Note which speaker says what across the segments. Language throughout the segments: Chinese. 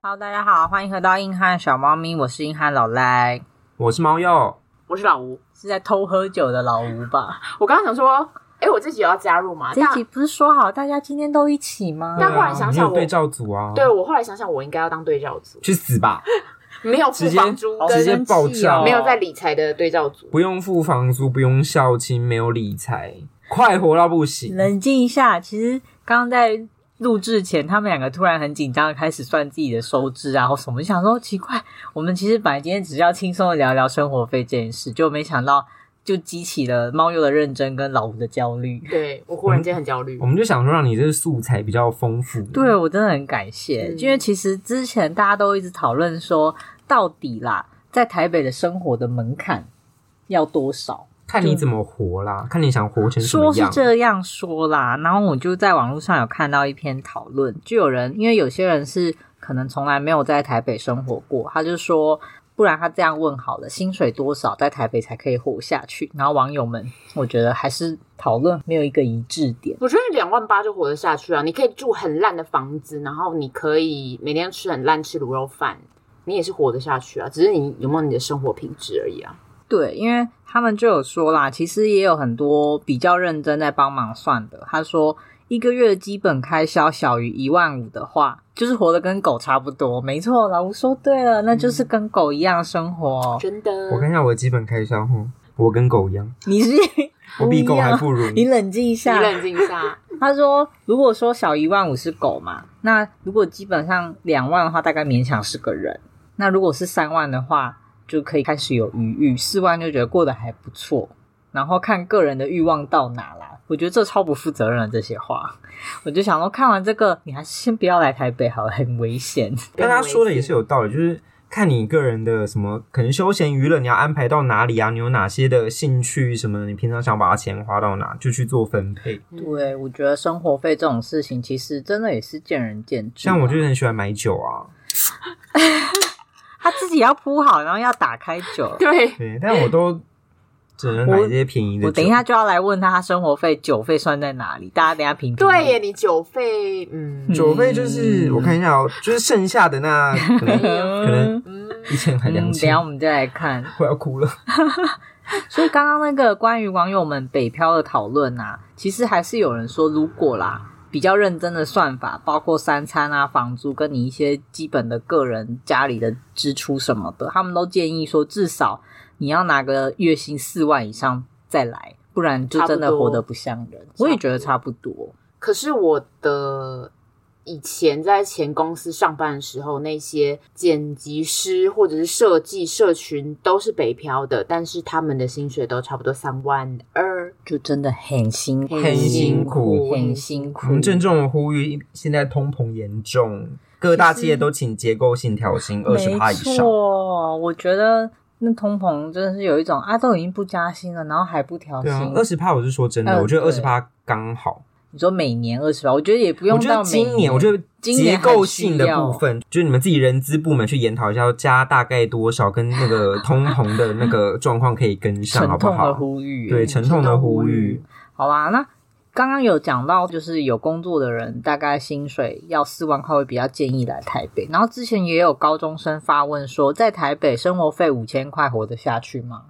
Speaker 1: Hello，大家好，欢迎回到硬汉小猫咪，我是硬汉老赖，
Speaker 2: 我是猫药，
Speaker 3: 我是老吴。
Speaker 1: 是在偷喝酒的老吴吧？
Speaker 3: 我刚刚想说，哎，我自己也要加入嘛，
Speaker 1: 这一
Speaker 3: 但
Speaker 1: 集不是说好大家今天都一起吗？
Speaker 3: 但后来想
Speaker 2: 你
Speaker 3: 想
Speaker 2: 有
Speaker 3: 我
Speaker 2: 对照组啊，
Speaker 3: 对我后来想想，我应该要当对照组，
Speaker 2: 去 死吧，
Speaker 3: 没有付
Speaker 2: 直接
Speaker 3: 房租
Speaker 1: 好
Speaker 2: 直
Speaker 3: 跟
Speaker 2: 接
Speaker 1: 生气
Speaker 2: 爆炸
Speaker 1: 哦
Speaker 3: 没有在理财的对照组。
Speaker 2: 不用付房租，不用孝亲，没有理财，快活到不行。
Speaker 1: 冷静一下，其实刚刚在录制前，他们两个突然很紧张的开始算自己的收支啊，或什么，想说奇怪，我们其实本来今天只是要轻松的聊聊生活费这件事，就没想到就激起了猫鼬的认真跟老吴的焦虑。
Speaker 3: 对我忽然间很焦虑
Speaker 2: 我，们就想说，让你这素材比较丰富。
Speaker 1: 对啊我真的很感谢，
Speaker 3: 嗯
Speaker 1: 因为其实之前大家都一直讨论说，到底啦，在台北的生活的门槛要多少？
Speaker 2: 看你怎么活啦，看你想活成什
Speaker 1: 说
Speaker 2: 么
Speaker 1: 是
Speaker 2: 样。
Speaker 1: 这样说啦，然后我就在网络上有看到一篇讨论，就有人因为有些人是可能从来没有在台北生活过，他就说。不然他这样问好了，薪水多少在台北才可以活下去？然后网友们，我觉得还是讨论没有一个一致点。
Speaker 3: 我觉得两万八就活得下去啊！你可以住很烂的房子，然后你可以每天吃很烂吃卤肉饭，你也是活得下去啊。只是你有没有你的生活品质而已啊。
Speaker 1: 对，因为他们就有说啦，其实也有很多比较认真在帮忙算的。他说，一个月的基本开销小于一万五的话，就是活得跟狗差不多。没错，老吴说对了，那就是跟狗一样生活哦。
Speaker 3: 真的，
Speaker 2: 我看一下我的基本开销，哼我跟狗一样，
Speaker 1: 你是
Speaker 2: 我比狗还不如。
Speaker 1: 哦你啊冷静一
Speaker 3: 你
Speaker 1: 下。
Speaker 3: 冷静一下。
Speaker 1: 他说，如果说小一万五是狗嘛，那如果基本上两万的话，大概勉强是个人。那如果是三万的话，就可以开始有余裕；四万就觉得过得还不错，然后看个人的欲望到哪啦。我觉得这超不负责任的这些话，我就想说，看完这个，你还是先不要来台北好了，很危险。
Speaker 2: 但他说的也是有道理，就是看你个人的什么，可能休闲娱乐你要安排到哪里啊，你有哪些的兴趣什么的，你平常想把钱花到哪，就去做分配。
Speaker 1: 对，我觉得生活费这种事情，其实真的也是见仁见智啊。
Speaker 2: 像我就很喜欢买酒啊，
Speaker 1: 他自己要铺好，然后要打开酒，
Speaker 3: 对，
Speaker 2: 对，但我都只能买这些便宜的酒。
Speaker 1: 我等一下，就要来问他，他生活费、酒费算在哪里？大家等一下评评。
Speaker 3: 对耶，，你酒费，嗯
Speaker 1: 嗯
Speaker 2: 酒费就是、我看一下哦，就是剩下的那可 能可能
Speaker 3: 嗯，
Speaker 2: 一千还
Speaker 1: 嗯，等
Speaker 2: 两
Speaker 1: 一下
Speaker 2: 千
Speaker 1: 我，们再来看。
Speaker 2: 我要哭了。
Speaker 1: 所以刚刚那个关于网友们北漂的讨论啊，其实还是有人说，如果啦比较认真的算法，包括三餐啊、房租跟你一些基本的个人家里的支出什么的，他们都建议说，至少你要拿个月薪四万以上再来，不然就真的活得不像人。我也觉得差不多。
Speaker 3: 可是我的以前在前公司上班的时候，那些剪辑师或者是设计社群都是北漂的，但是他们的薪水都差不多三万二，
Speaker 1: 就真的很辛苦，
Speaker 2: 很辛苦
Speaker 1: 很辛苦。
Speaker 2: 我们郑重地呼吁，现在通膨严重，各大企业都请结构性调薪二十趴以
Speaker 1: 没
Speaker 2: 上。
Speaker 1: 错，我觉得那通膨真的是有一种啊，都已经不加薪了，然后还不调
Speaker 2: 对
Speaker 1: 薪。
Speaker 2: 啊，二十趴我是说真
Speaker 1: 嗯
Speaker 2: 的，我觉得
Speaker 1: 对
Speaker 2: 二十趴刚好。
Speaker 1: 你说每年二十吧，我觉得也不
Speaker 2: 我
Speaker 1: 用
Speaker 2: 觉
Speaker 1: 到
Speaker 2: 得
Speaker 1: 每
Speaker 2: 今年，我觉得
Speaker 1: 今年
Speaker 2: 结
Speaker 1: 很
Speaker 2: 构性
Speaker 1: 需
Speaker 2: 的
Speaker 1: 要
Speaker 2: 部分，就是你们自己人资部门去研讨一下，要加大概多少，跟 那个通膨的那个状况可以跟上，
Speaker 1: 沉
Speaker 2: 好不
Speaker 1: 痛的
Speaker 2: 好？
Speaker 1: 呼吁。欸
Speaker 2: 对，沉痛的呼吁。
Speaker 1: 好啦，那刚刚有讲到，就是有工作的人大概薪水要四万块会比较建议来台北。然后之前也有高中生发问说，在台北生活费五千块活得下去吗？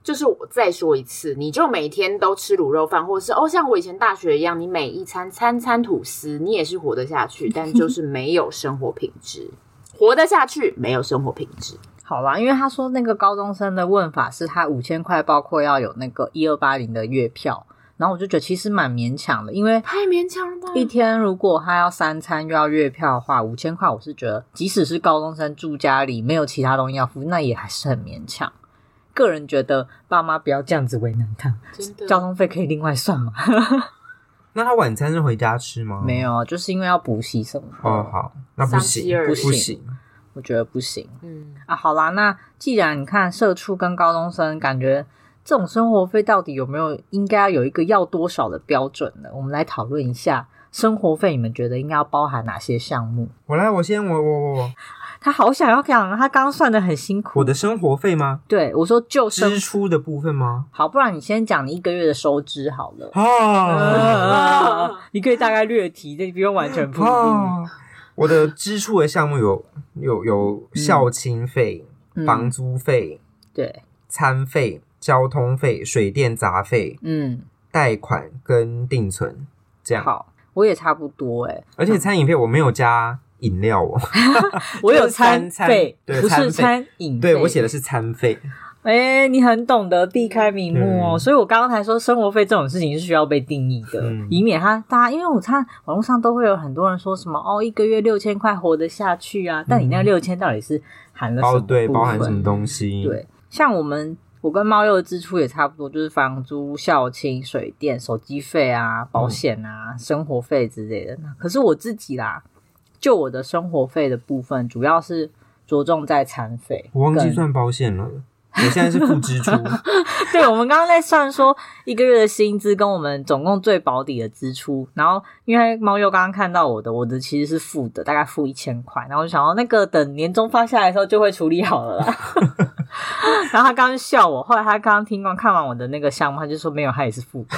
Speaker 3: 就是我再说一次，你就每天都吃卤肉饭，或者是哦，像我以前大学一样，你每一餐餐餐吐司，你也是活得下 去，但就是没有生活品质，活得下去没有生活品质。
Speaker 1: 好啦，因为他说那个高中生的问法是他五千块包括要有那个一二八零的月票，然后我就觉得其实蛮勉强的，因为
Speaker 3: 太勉强了吧？
Speaker 1: 一天如果他要三餐又要月票的话，五千块我是觉得即使是高中生住家里没有其他东西要付，那也还是很勉强。个人觉得爸妈不要这样子为难他，
Speaker 3: 真的
Speaker 1: 交通费可以另外算嘛。
Speaker 2: 那他晚餐是回家吃吗？
Speaker 1: 没。有，啊就是因为要补习什么的，
Speaker 2: 哦，好，那不
Speaker 3: 三七
Speaker 2: 行
Speaker 3: 二，
Speaker 2: 不
Speaker 1: 不
Speaker 2: 行。
Speaker 1: 我觉得不行。
Speaker 3: 嗯，
Speaker 1: 啊，好啦，那既然你看社畜跟高中生，感觉这种生活费到底有没有应该要有一个要多少的标准呢？我们来讨论一下生活费，你们觉得应该要包含哪些项目？
Speaker 2: 我来，我先，我我我我，
Speaker 1: 他好想要讲，啊他刚刚算的很辛苦。
Speaker 2: 我的生活费吗？
Speaker 1: 对我说就生
Speaker 2: 支出的部分吗？
Speaker 1: 好，不然你先讲你一个月的收支好 了。
Speaker 2: 啊
Speaker 1: 呃啊你可以大概略提，这不用完全不一定。
Speaker 2: 啊！我的支出的项目有有有校庆费、
Speaker 1: 嗯
Speaker 2: 房租费、
Speaker 1: 对，
Speaker 2: 餐费、交通费、水电杂费、
Speaker 1: 嗯，
Speaker 2: 贷款跟定存这样。
Speaker 1: 好，我也差不多 哎、
Speaker 2: 而且餐饮费我没有加饮料 哦，
Speaker 1: 我有
Speaker 2: 就是餐餐
Speaker 1: 费，
Speaker 2: 对
Speaker 1: 不是
Speaker 2: 餐费
Speaker 1: 餐饮
Speaker 2: 对
Speaker 1: 费
Speaker 2: 我写的是餐费，
Speaker 1: 哎、你很懂得避开名目哦，
Speaker 2: 嗯
Speaker 1: 所以我刚刚才说生活费这种事情是需要被定义的，
Speaker 2: 嗯
Speaker 1: 以免他大家，因为我看网络上都会有很多人说什么哦，一个月六千块活得下去啊，但你那六千到底是含了什
Speaker 2: 包
Speaker 1: 么
Speaker 2: 嗯哦对
Speaker 1: 部
Speaker 2: 包含
Speaker 1: 分
Speaker 2: 什么东西？
Speaker 1: 对，像我们我跟猫鼬的支出也差不多，就是房租、校庆、水电、手机费啊、
Speaker 2: 嗯
Speaker 1: 保险啊、生活费之类的。那可是我自己啦，就我的生活费的部分，主要是着重在餐费。
Speaker 2: 我忘记
Speaker 1: 跟
Speaker 2: 算保险 了，我现在是负支出。
Speaker 1: 对，我们刚刚在算说一个月的薪资跟我们总共最保底的支出，然后因为猫又刚刚看到我的，我的其实是负的，大概负一千块，然后我就想到那个等年终发下来的时候就会处理好了啦。 然后他刚刚笑我，后来他刚刚听完看完我的那个项目，他就说没有，他也是负的。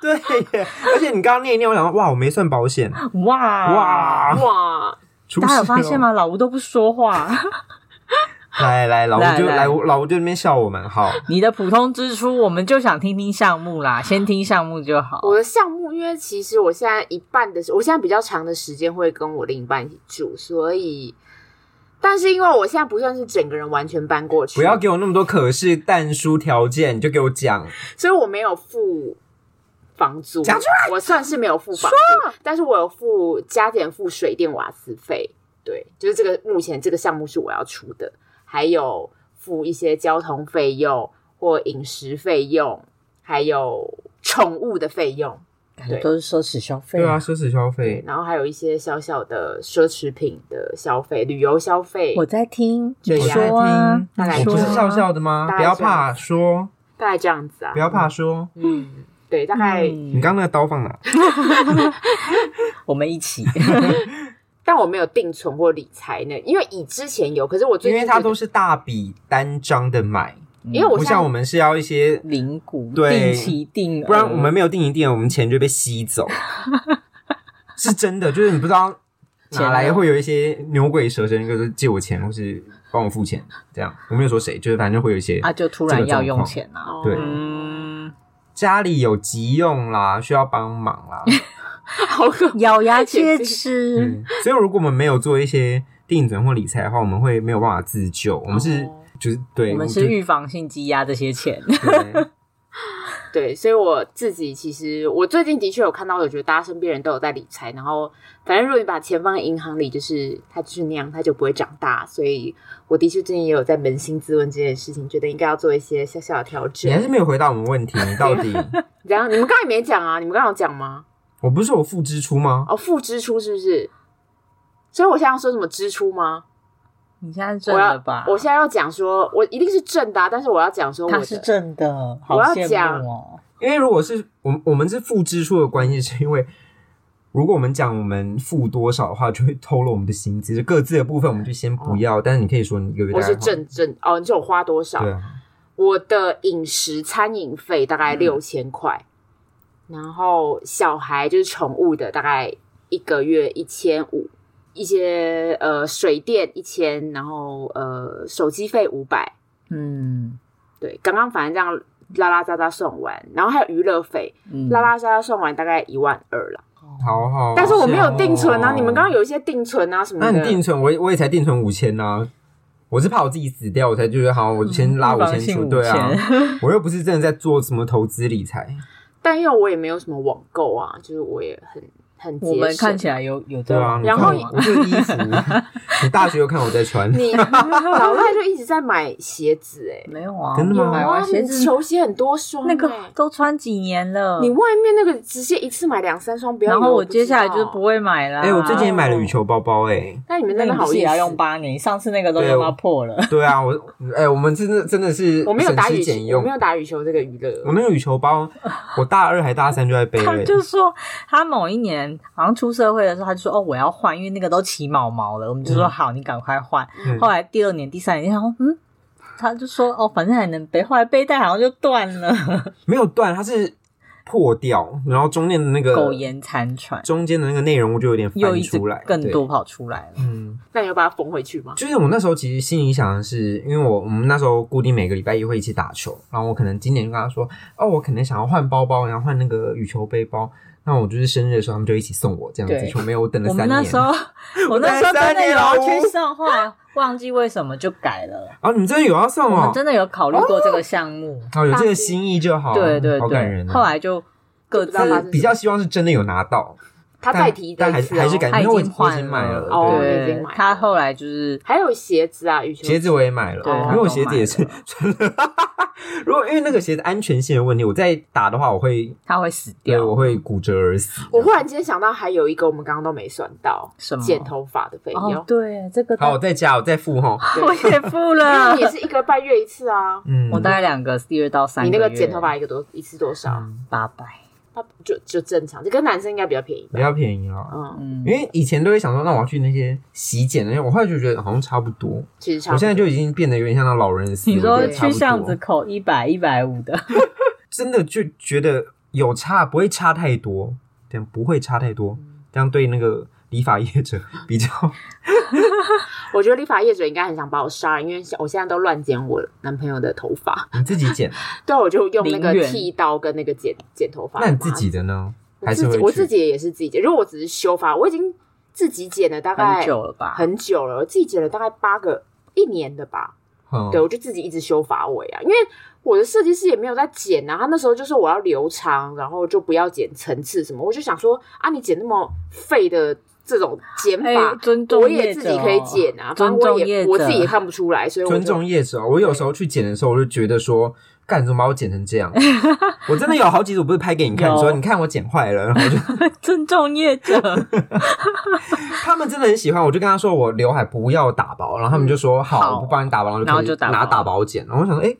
Speaker 2: 对耶，而且你刚刚念一念，我想说哇，我没算保险，
Speaker 1: 哇！
Speaker 2: 哇，哦
Speaker 3: 哇，
Speaker 2: 出
Speaker 1: 大家有
Speaker 2: 事
Speaker 1: 发现
Speaker 2: 了？
Speaker 1: 吗？老吴都不说话，
Speaker 2: 来来，老
Speaker 1: 来
Speaker 2: 吴就
Speaker 1: 来
Speaker 2: 来，老吴就那边笑我们，好，
Speaker 1: 你的普通支出我们就想听听项目啦，先听项目就好。
Speaker 3: 我的项目，因为其实我现在一半的，我现在比较长的时间会跟我另一半一起住，所以，但是因为我现在不算是整个人完全搬过去，
Speaker 2: 不要给我那么多可是但书条件，你就给我讲，
Speaker 3: 所以我没有付房租
Speaker 2: 讲出，
Speaker 3: 我算是没有付房租，但是我有付加点付水电瓦斯费，对，就是这个目前这个项目是我要出的，还有付一些交通费用或饮食费用，还有宠物的费用，
Speaker 1: 感觉都是奢侈消费、
Speaker 2: 对啊，奢侈消费，
Speaker 3: 然后还有一些小小的奢侈品的消费，旅游消费，
Speaker 1: 我在听，你
Speaker 3: 对呀
Speaker 1: 说啊，
Speaker 3: 大概
Speaker 1: 你
Speaker 2: 我
Speaker 1: 说
Speaker 2: 不
Speaker 1: 啊
Speaker 2: 是笑笑的吗？
Speaker 3: 大
Speaker 2: 不
Speaker 3: 家
Speaker 2: 要
Speaker 3: 这样
Speaker 2: 怕说，
Speaker 3: 大概这样子啊
Speaker 2: 不，要怕说，
Speaker 3: 嗯，对，大概，
Speaker 2: 你
Speaker 1: 嗯、
Speaker 2: 刚刚那个刀放哪？
Speaker 1: 我们一 起，
Speaker 3: 但我没有定存或理财呢，因为以之前有，可是我最
Speaker 2: 因
Speaker 3: 近
Speaker 2: 为它
Speaker 3: 觉得
Speaker 2: 都是大笔单张的买，
Speaker 3: 因为我
Speaker 2: 不
Speaker 3: 现在嗯
Speaker 2: 像我们是要一些，
Speaker 1: 零股定
Speaker 2: 对
Speaker 1: 期定额，
Speaker 2: 不然我们没有定一定，我们钱就被吸走，是真的，就是你不知道
Speaker 1: 钱
Speaker 2: 哪
Speaker 1: 啊
Speaker 2: 来会有一些牛鬼蛇神，就是借我钱或是帮我付钱这样，我没有说谁，就是反正会有一些
Speaker 1: 啊就突然要用钱啊。
Speaker 3: 哦
Speaker 2: 对
Speaker 1: 嗯，
Speaker 2: 家里有急用啦，需要帮忙 啦，
Speaker 3: 好可
Speaker 1: 咬牙切
Speaker 3: 切
Speaker 1: 齿，
Speaker 2: 嗯，所以如果我们没有做一些定存或理财的话，我们会没有办法自救，我们是、
Speaker 3: 哦
Speaker 2: 就是对，
Speaker 1: 我们
Speaker 2: 就是
Speaker 1: 预防性积压这 些钱。
Speaker 2: 对
Speaker 3: 对，所以我自己其实我最近的确有看到，我觉得大家身边人都有在理财，然后反正如果你把钱放在银行里，就是它就是那样，它就不会长大。所以我的确最近也有在扪心自问这件事情，觉得应该要做一些小小的调整
Speaker 2: 你还。是没有回答我们问题，你到 底
Speaker 3: 然后你们刚才没讲啊，你们刚刚有讲吗？
Speaker 2: 我不是有负支出吗？
Speaker 3: 哦，负支出是不是？所以我现在要说什么支出吗？
Speaker 1: 你现在
Speaker 3: 我
Speaker 1: 正
Speaker 3: 要
Speaker 1: 的吧？
Speaker 3: 我现在要讲说，我一定是正的啊、但是我要讲说我
Speaker 1: 他
Speaker 3: 的
Speaker 1: 是正的，好
Speaker 3: 我要
Speaker 1: 羡
Speaker 3: 讲
Speaker 1: 慕哦。
Speaker 2: 因为如果是我们我们是负支出的关系，是因为如果我们讲我们付多少的话，就会透露我们的薪资，就各自的部分我们就先不要。但是你可以说你一个月大
Speaker 3: 哦我
Speaker 2: 概
Speaker 3: 是正正哦，你说我花多少？
Speaker 2: 对啊，
Speaker 3: 我的饮食餐饮费大概六千块，然后小孩就是宠物的大概一个月一千五，一些呃水电一千，然后呃手机费五百，
Speaker 1: 嗯
Speaker 3: 对，刚刚反正这样拉拉杂杂算完，然后还有娱乐费，
Speaker 1: 嗯，
Speaker 3: 拉拉杂杂算完大概一万二了。
Speaker 2: 好
Speaker 1: 哦
Speaker 2: 好。
Speaker 3: 但是我没有定存啊，
Speaker 2: 哦
Speaker 3: 你们刚刚有一些定存啊什么
Speaker 2: 那
Speaker 3: 的，
Speaker 2: 你定存，我也我也才定存五千呐。我是怕我自己死掉，我才觉得好，我
Speaker 3: 嗯
Speaker 2: 先拉
Speaker 1: 预
Speaker 2: 五
Speaker 1: 防
Speaker 2: 千
Speaker 1: 性
Speaker 2: 出。对啊
Speaker 1: 五，
Speaker 2: 我又不是真的在做什么投资理财，
Speaker 3: 但因为我也没有什么网购啊，就是我也很很节
Speaker 1: 我们
Speaker 3: 省
Speaker 1: 看起来有有这
Speaker 2: 对啊。
Speaker 1: 样，
Speaker 2: 你
Speaker 3: 然
Speaker 2: 看
Speaker 3: 后
Speaker 2: 我我这个衣 服，你大学又看我在穿，
Speaker 3: 你 老赖就一直在买鞋子哎、
Speaker 1: 没有啊？
Speaker 2: 真的吗
Speaker 3: 有
Speaker 1: 买
Speaker 3: 啊，
Speaker 1: 完鞋
Speaker 3: 你
Speaker 1: 子
Speaker 3: 球鞋很多双、
Speaker 1: 那
Speaker 3: 欸
Speaker 1: 个都穿几年了
Speaker 3: 你，外面那个直接一次买两三双，不要以为
Speaker 1: 然后
Speaker 3: 我
Speaker 1: 我
Speaker 3: 不
Speaker 1: 接下来
Speaker 3: 知
Speaker 1: 就是
Speaker 3: 道
Speaker 1: 不，会买了。
Speaker 2: 哎、我最近也买了羽球包包、哎。
Speaker 3: 那你们那
Speaker 1: 你
Speaker 3: 个
Speaker 1: 不
Speaker 3: 好
Speaker 1: 是也
Speaker 3: 意
Speaker 1: 要
Speaker 3: 思
Speaker 1: 用八年？上次那个都
Speaker 2: 对
Speaker 1: 用
Speaker 2: 我
Speaker 1: 到破了。
Speaker 2: 对啊，我哎、我们真的真的是
Speaker 3: 我没有
Speaker 2: 省
Speaker 3: 打
Speaker 2: 吃
Speaker 3: 羽球
Speaker 2: 俭，
Speaker 3: 我
Speaker 2: 用
Speaker 3: 没。有打羽球这个娱乐。
Speaker 2: 我那个羽球包，我大二还大三就在背
Speaker 1: 他
Speaker 2: 了。欸
Speaker 1: 就说他某一年好像出社会的时候，他就说哦我要换，因为那个都起毛毛了。我们就说
Speaker 2: 嗯
Speaker 1: 好，你赶快换。
Speaker 2: 嗯
Speaker 1: 后来第二年、第三年，然后嗯，
Speaker 2: 呃
Speaker 1: 他就说哦反正还能背，后来背带好像就断了。
Speaker 2: 没有断，它是破掉，然后中间的那个
Speaker 1: 苟延残喘，
Speaker 2: 中间的那个内容物就有点
Speaker 1: 又
Speaker 2: 翻
Speaker 1: 一直
Speaker 2: 出来，
Speaker 1: 更
Speaker 2: 对
Speaker 1: 多跑出来了。
Speaker 2: 嗯，
Speaker 3: 那你要把它缝回去吗？
Speaker 2: 就是我那时候其实心里想的是，因为我我们那时候固定每个礼拜一会一起打球，然后我可能今年就跟他说，哦，我可能想要换包包，然后换那个羽球背包。那我就是生日的时候，他们就一起送我这样子，
Speaker 1: 对
Speaker 2: 就没有我等了
Speaker 1: 我
Speaker 2: 三
Speaker 1: 们
Speaker 2: 年。
Speaker 1: 那时候， 我那时候真的有要去送，后来忘记为什么就改了。
Speaker 2: 哦，你们真的有要送
Speaker 1: 我
Speaker 2: 哦
Speaker 1: 们，真的有考虑过这个项目，
Speaker 2: 哦，有这个心意就好，
Speaker 1: 对对
Speaker 2: 哦好感人
Speaker 1: 对。
Speaker 2: 啊。
Speaker 1: 后来就各自
Speaker 3: 就不知道发生
Speaker 2: 比较希望是真的有拿到，
Speaker 3: 他再提一次、
Speaker 2: 但
Speaker 3: 哦，
Speaker 2: 还是还是感觉
Speaker 1: 他已
Speaker 2: 因为我
Speaker 1: 经
Speaker 2: 我已
Speaker 1: 换
Speaker 2: 经买了，
Speaker 3: 哦
Speaker 2: 对
Speaker 3: 已
Speaker 1: 对
Speaker 3: 经买了，
Speaker 1: 他后来就是
Speaker 3: 还有鞋子啊，羽球
Speaker 2: 鞋子我也买了，
Speaker 1: 对
Speaker 2: 因为我鞋子也是
Speaker 1: 他都买
Speaker 2: 如果因为那个鞋子安全性的问题，我再打的话，我会
Speaker 1: 他会死
Speaker 2: 对
Speaker 1: 掉
Speaker 2: 我。会骨折而死。
Speaker 3: 我忽然间想到，还有一个我们刚刚都没算到，
Speaker 1: 什么
Speaker 3: 剪头发的费用，
Speaker 1: 哦，对，这个
Speaker 2: 好，我再加，我再付哈。
Speaker 3: 对
Speaker 1: 我也付
Speaker 3: 因为
Speaker 1: 了
Speaker 3: 你，也是一个半月一次啊。
Speaker 2: 嗯，
Speaker 1: 我大概两个第二到三
Speaker 3: 你
Speaker 1: 月
Speaker 3: 那个剪头发一个多一次多少？
Speaker 2: 嗯
Speaker 1: 八百，
Speaker 3: 它就就正常，这跟男生应该比较便宜吧
Speaker 2: 比？较便宜啊。
Speaker 3: 嗯，
Speaker 1: 嗯
Speaker 2: 因，为以前都会想说，那我要去那些洗剪的，我后来就觉得好像差不多。
Speaker 3: 其实差
Speaker 2: 我
Speaker 3: 不
Speaker 2: 现
Speaker 3: 多。
Speaker 2: 在就已经变得有点像那老人的思维。
Speaker 1: 你说
Speaker 2: 对差
Speaker 1: 去
Speaker 2: 不多
Speaker 1: 巷子口一百一百五的，
Speaker 2: 真的就觉得有差，不会差太多，这样不会差太多，这样对那个理发业者比较。
Speaker 3: 我觉得理发业者应该很想把我杀，因为我现在都乱剪我男朋友的头发。
Speaker 2: 你自己剪，
Speaker 3: 对，啊我就用那个
Speaker 1: 零元
Speaker 3: 剃刀跟那个剪剪头发。
Speaker 2: 那你自己的呢？还是
Speaker 3: 我
Speaker 2: 会
Speaker 3: 自己我自
Speaker 2: 去
Speaker 3: 己也是自己剪，如果我只是修发，我已经自己剪了大概
Speaker 1: 很久了吧？
Speaker 3: 很久了，我自己剪了大概八个一年的吧。
Speaker 2: 嗯
Speaker 3: 对，我就自己一直修发尾啊，因为我的设计师也没有在剪啊，他那时候就说我要留长，然后就不要剪层次什么，我就想说啊，你剪那么废的这种剪
Speaker 1: 哎
Speaker 3: 法，，
Speaker 1: 尊重
Speaker 3: 我也
Speaker 1: 业
Speaker 3: 自
Speaker 1: 者
Speaker 3: 己可以剪啊，反正
Speaker 1: 尊
Speaker 3: 我
Speaker 1: 重
Speaker 3: 也
Speaker 1: 业者，
Speaker 3: 我自己也看不出来，所以我就
Speaker 2: 尊重业者哦。我有时候去剪的时候，我就觉得说，干你怎么把我剪成 这样？我真的有好几组不是拍给你看，
Speaker 1: 有
Speaker 2: 说你看我剪坏了，然后我就
Speaker 1: 尊重业者，
Speaker 2: 他们真的很喜欢，我就跟他说我刘海不要打薄，然后他们就说好，
Speaker 1: 嗯好
Speaker 2: 我不帮你打薄，然后
Speaker 1: 然后
Speaker 2: 开始
Speaker 1: 就打薄
Speaker 2: 拿打薄剪，然后我想说，哎、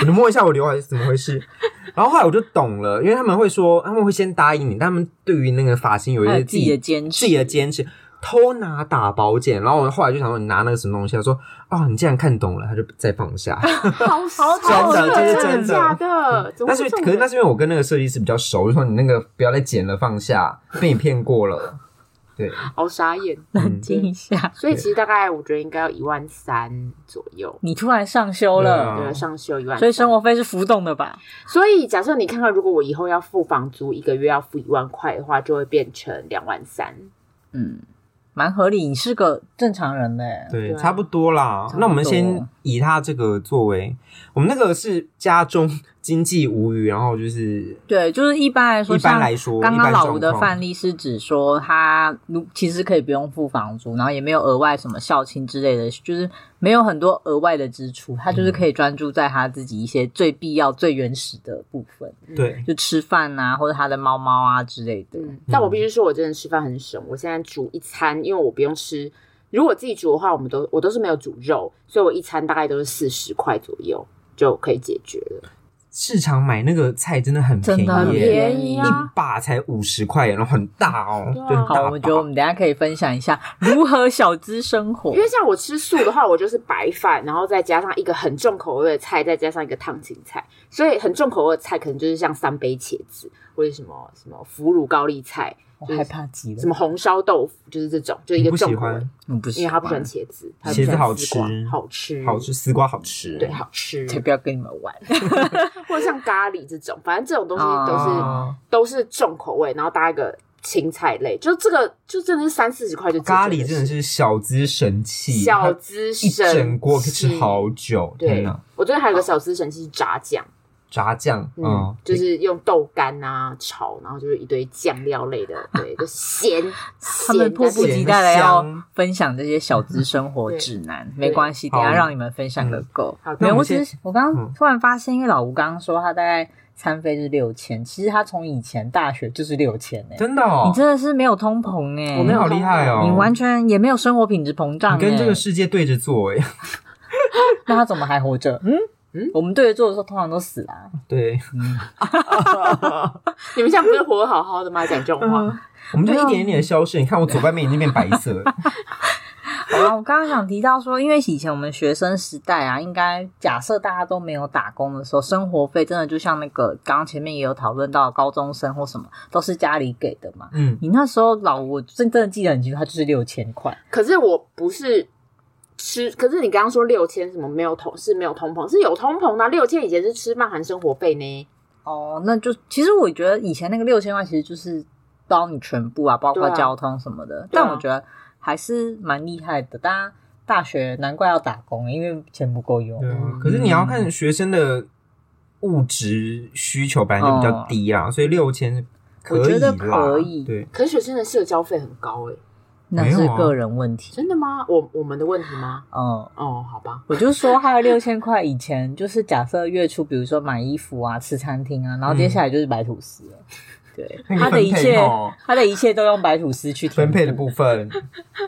Speaker 2: 我就摸一下我刘海是怎么回事， 然后后来我就懂了，因为他们会说他们会先答应你，但他们对于那个发型有一
Speaker 1: 还有
Speaker 2: 些
Speaker 1: 自己的坚持，
Speaker 2: 自己的坚持。偷拿打薄剪，然后我后来就想说你拿那个什么东西，他说哦你既然看懂了，他就再放 下。
Speaker 3: 好好
Speaker 1: 真的这是真的
Speaker 3: 哦假的？怎么
Speaker 2: 但
Speaker 3: 会
Speaker 2: 是
Speaker 3: 这种
Speaker 2: 可是那
Speaker 3: 人
Speaker 2: 是因为我跟那个设计师比较熟，就说你那个不要再剪了，放下，被你骗过了。对，
Speaker 3: 好傻眼，
Speaker 2: 嗯
Speaker 1: 冷静一下。
Speaker 3: 所以其实大概我觉得应该要一万三左右，
Speaker 1: 你突然上修
Speaker 2: 对
Speaker 1: 了，
Speaker 3: 对，啊上修一万，
Speaker 1: 所以生活费是浮动的吧？
Speaker 3: 所以假设你看看，如果我以后要付房租，一个月要付一万块的话，就会变成两万三。
Speaker 1: 嗯，蛮合理。你是个正常人嘞，
Speaker 2: 对，
Speaker 3: 对啊
Speaker 2: 差不多啦
Speaker 1: 差不。多
Speaker 2: 那我们先以他这个作为，我们那个是家中经济无虞，然后就是
Speaker 1: 对，就是一般来说，
Speaker 2: 一般来说，
Speaker 1: 刚刚老吴的
Speaker 2: 例，
Speaker 1: 范例是指说，他如其实可以不用付房租，然后也没有额外什么校庆之类的，就是没有很多额外的支出，他
Speaker 3: 嗯
Speaker 1: 就是可以专注在他自己一些最必要、最原始的部分，
Speaker 2: 对，
Speaker 1: 就吃饭啊，或者他的猫猫啊之类的。
Speaker 3: 嗯，但我必须说，我真的吃饭很省。我现在煮一餐，因为我不用吃。如果自己煮的话，我们都我都是没有煮肉，所以我一餐大概都是四十块左右就可以解决了。
Speaker 2: 市场买那个菜真的很便
Speaker 1: 真
Speaker 2: 宜耶，
Speaker 1: 的很
Speaker 3: 便宜啊
Speaker 2: 一把才五十块，然后很大哦，
Speaker 3: 对啊
Speaker 2: 就很大把
Speaker 1: 好，我觉得我们等一下可以分享一下如何小资生活
Speaker 3: 因。为像我吃素的话，我就是白饭，然后再加上一个很重口味的菜，再加上一个烫青菜，所以很重口味的菜可能就是像三杯茄子或者什么什么腐乳高丽菜，
Speaker 1: 我害怕极了，
Speaker 3: 什么红烧豆腐，就是这种，就是一
Speaker 2: 你
Speaker 3: 个
Speaker 2: 不
Speaker 3: 重
Speaker 2: 喜
Speaker 3: 口味
Speaker 2: 欢，。
Speaker 1: 嗯不是，
Speaker 3: 因为他不喜欢茄子，他不
Speaker 2: 茄
Speaker 3: 喜
Speaker 2: 子
Speaker 3: 欢
Speaker 2: 好
Speaker 3: 丝
Speaker 2: 吃
Speaker 3: 瓜，好吃，
Speaker 2: 好吃，，丝瓜好吃，
Speaker 3: 对，好吃，
Speaker 1: 才不要跟你们玩。
Speaker 3: 或者像咖喱这种，反正这种东西
Speaker 1: 啊
Speaker 3: 都是、
Speaker 2: 哦
Speaker 3: 都是重口味，然后搭一个青菜类，就这个就真的是三四十块就解决
Speaker 2: 咖喱
Speaker 3: 的
Speaker 2: 真
Speaker 3: 事
Speaker 2: 的是小资神器，
Speaker 3: 小资
Speaker 2: 一
Speaker 3: 神器，
Speaker 2: 整锅可以吃好久，天啊
Speaker 3: 对
Speaker 2: 哪！，
Speaker 3: 我最近还有个小资神器是炸酱，
Speaker 2: 炸酱，
Speaker 3: 嗯，
Speaker 2: 嗯，
Speaker 3: 就是用豆干啊炒，然后就是一堆酱料类的，对，就 咸
Speaker 1: 他们
Speaker 3: 咸，
Speaker 1: 迫不
Speaker 3: 但是
Speaker 1: 及待的
Speaker 2: 咸
Speaker 1: 要
Speaker 2: 香
Speaker 1: 分享这些小资生活指南，没关系，
Speaker 2: 好
Speaker 1: 等一下让你们分享个够
Speaker 3: 嗯好。
Speaker 1: 没
Speaker 2: 那
Speaker 1: 有，我
Speaker 2: 我们
Speaker 1: 只
Speaker 2: 先
Speaker 1: 是我刚
Speaker 2: 嗯
Speaker 1: 刚突然发现，因为老吴刚刚说他大概餐费是六千，其实他从以前大学就是六千哎，
Speaker 2: 真的哦，
Speaker 1: 你真的是没有通膨哎，
Speaker 3: 我
Speaker 2: 你
Speaker 3: 没有
Speaker 2: 好厉害哦，
Speaker 1: 你完全也没有生活品质膨胀
Speaker 2: 你跟这
Speaker 1: 哎
Speaker 2: 个，世界对着做哎，
Speaker 1: 那他怎么还活着？嗯
Speaker 3: 嗯
Speaker 1: 嗯，我们对着做的时候通常都死了啊。
Speaker 2: 对，
Speaker 3: 你们这样不是活得好
Speaker 2: 嗯
Speaker 3: 好的吗？讲这种话，
Speaker 1: 啊
Speaker 2: 我们就一点一点的消失。你看我左半边已经变白色了，
Speaker 1: 好啊，我刚刚想提到说，因为以前我们学生时代啊，应该假设大家都没有打工的时候，生活费真的就像那个刚刚前面也有讨论到，高中生或什么都是家里给的嘛。
Speaker 2: 嗯，
Speaker 1: 你那时候老，我真真的记得很清楚，它就是六千块。
Speaker 3: 可是我不是吃，可是你刚刚说六千什么没有通是没有通膨，是有通膨的。啊六千以前是吃饭含生活费呢，
Speaker 1: 哦，那就其实我觉得以前那个六千块其实就是包你全部啊，包括
Speaker 3: 对啊
Speaker 1: 交通什么的。
Speaker 3: 对啊
Speaker 1: 但我觉得还是蛮厉害的，大家大学难怪要打工，因为钱不够用。
Speaker 2: 对啊。可是你要看学生的物质需求本来就比较低啊，所以六千可以
Speaker 1: 哦
Speaker 2: 啦
Speaker 1: 我觉得可以
Speaker 2: 对，
Speaker 3: 可是学生的社交费很高哎、
Speaker 1: 那
Speaker 2: 没
Speaker 1: 是
Speaker 2: 有啊
Speaker 1: 个人问题。
Speaker 3: 真的吗？我我们的问题吗？
Speaker 1: 嗯，
Speaker 3: 哦，好吧，
Speaker 1: 我就说还有六千块，以前就是假设月初，比如说买衣服啊、吃餐厅啊，然后接下来就是白吐司了。对，
Speaker 2: 嗯那个
Speaker 1: 他的一
Speaker 2: 分配
Speaker 1: 切
Speaker 2: 哦，
Speaker 1: 他的一切都用白吐司去填
Speaker 2: 分
Speaker 1: 补
Speaker 2: 配的部 分，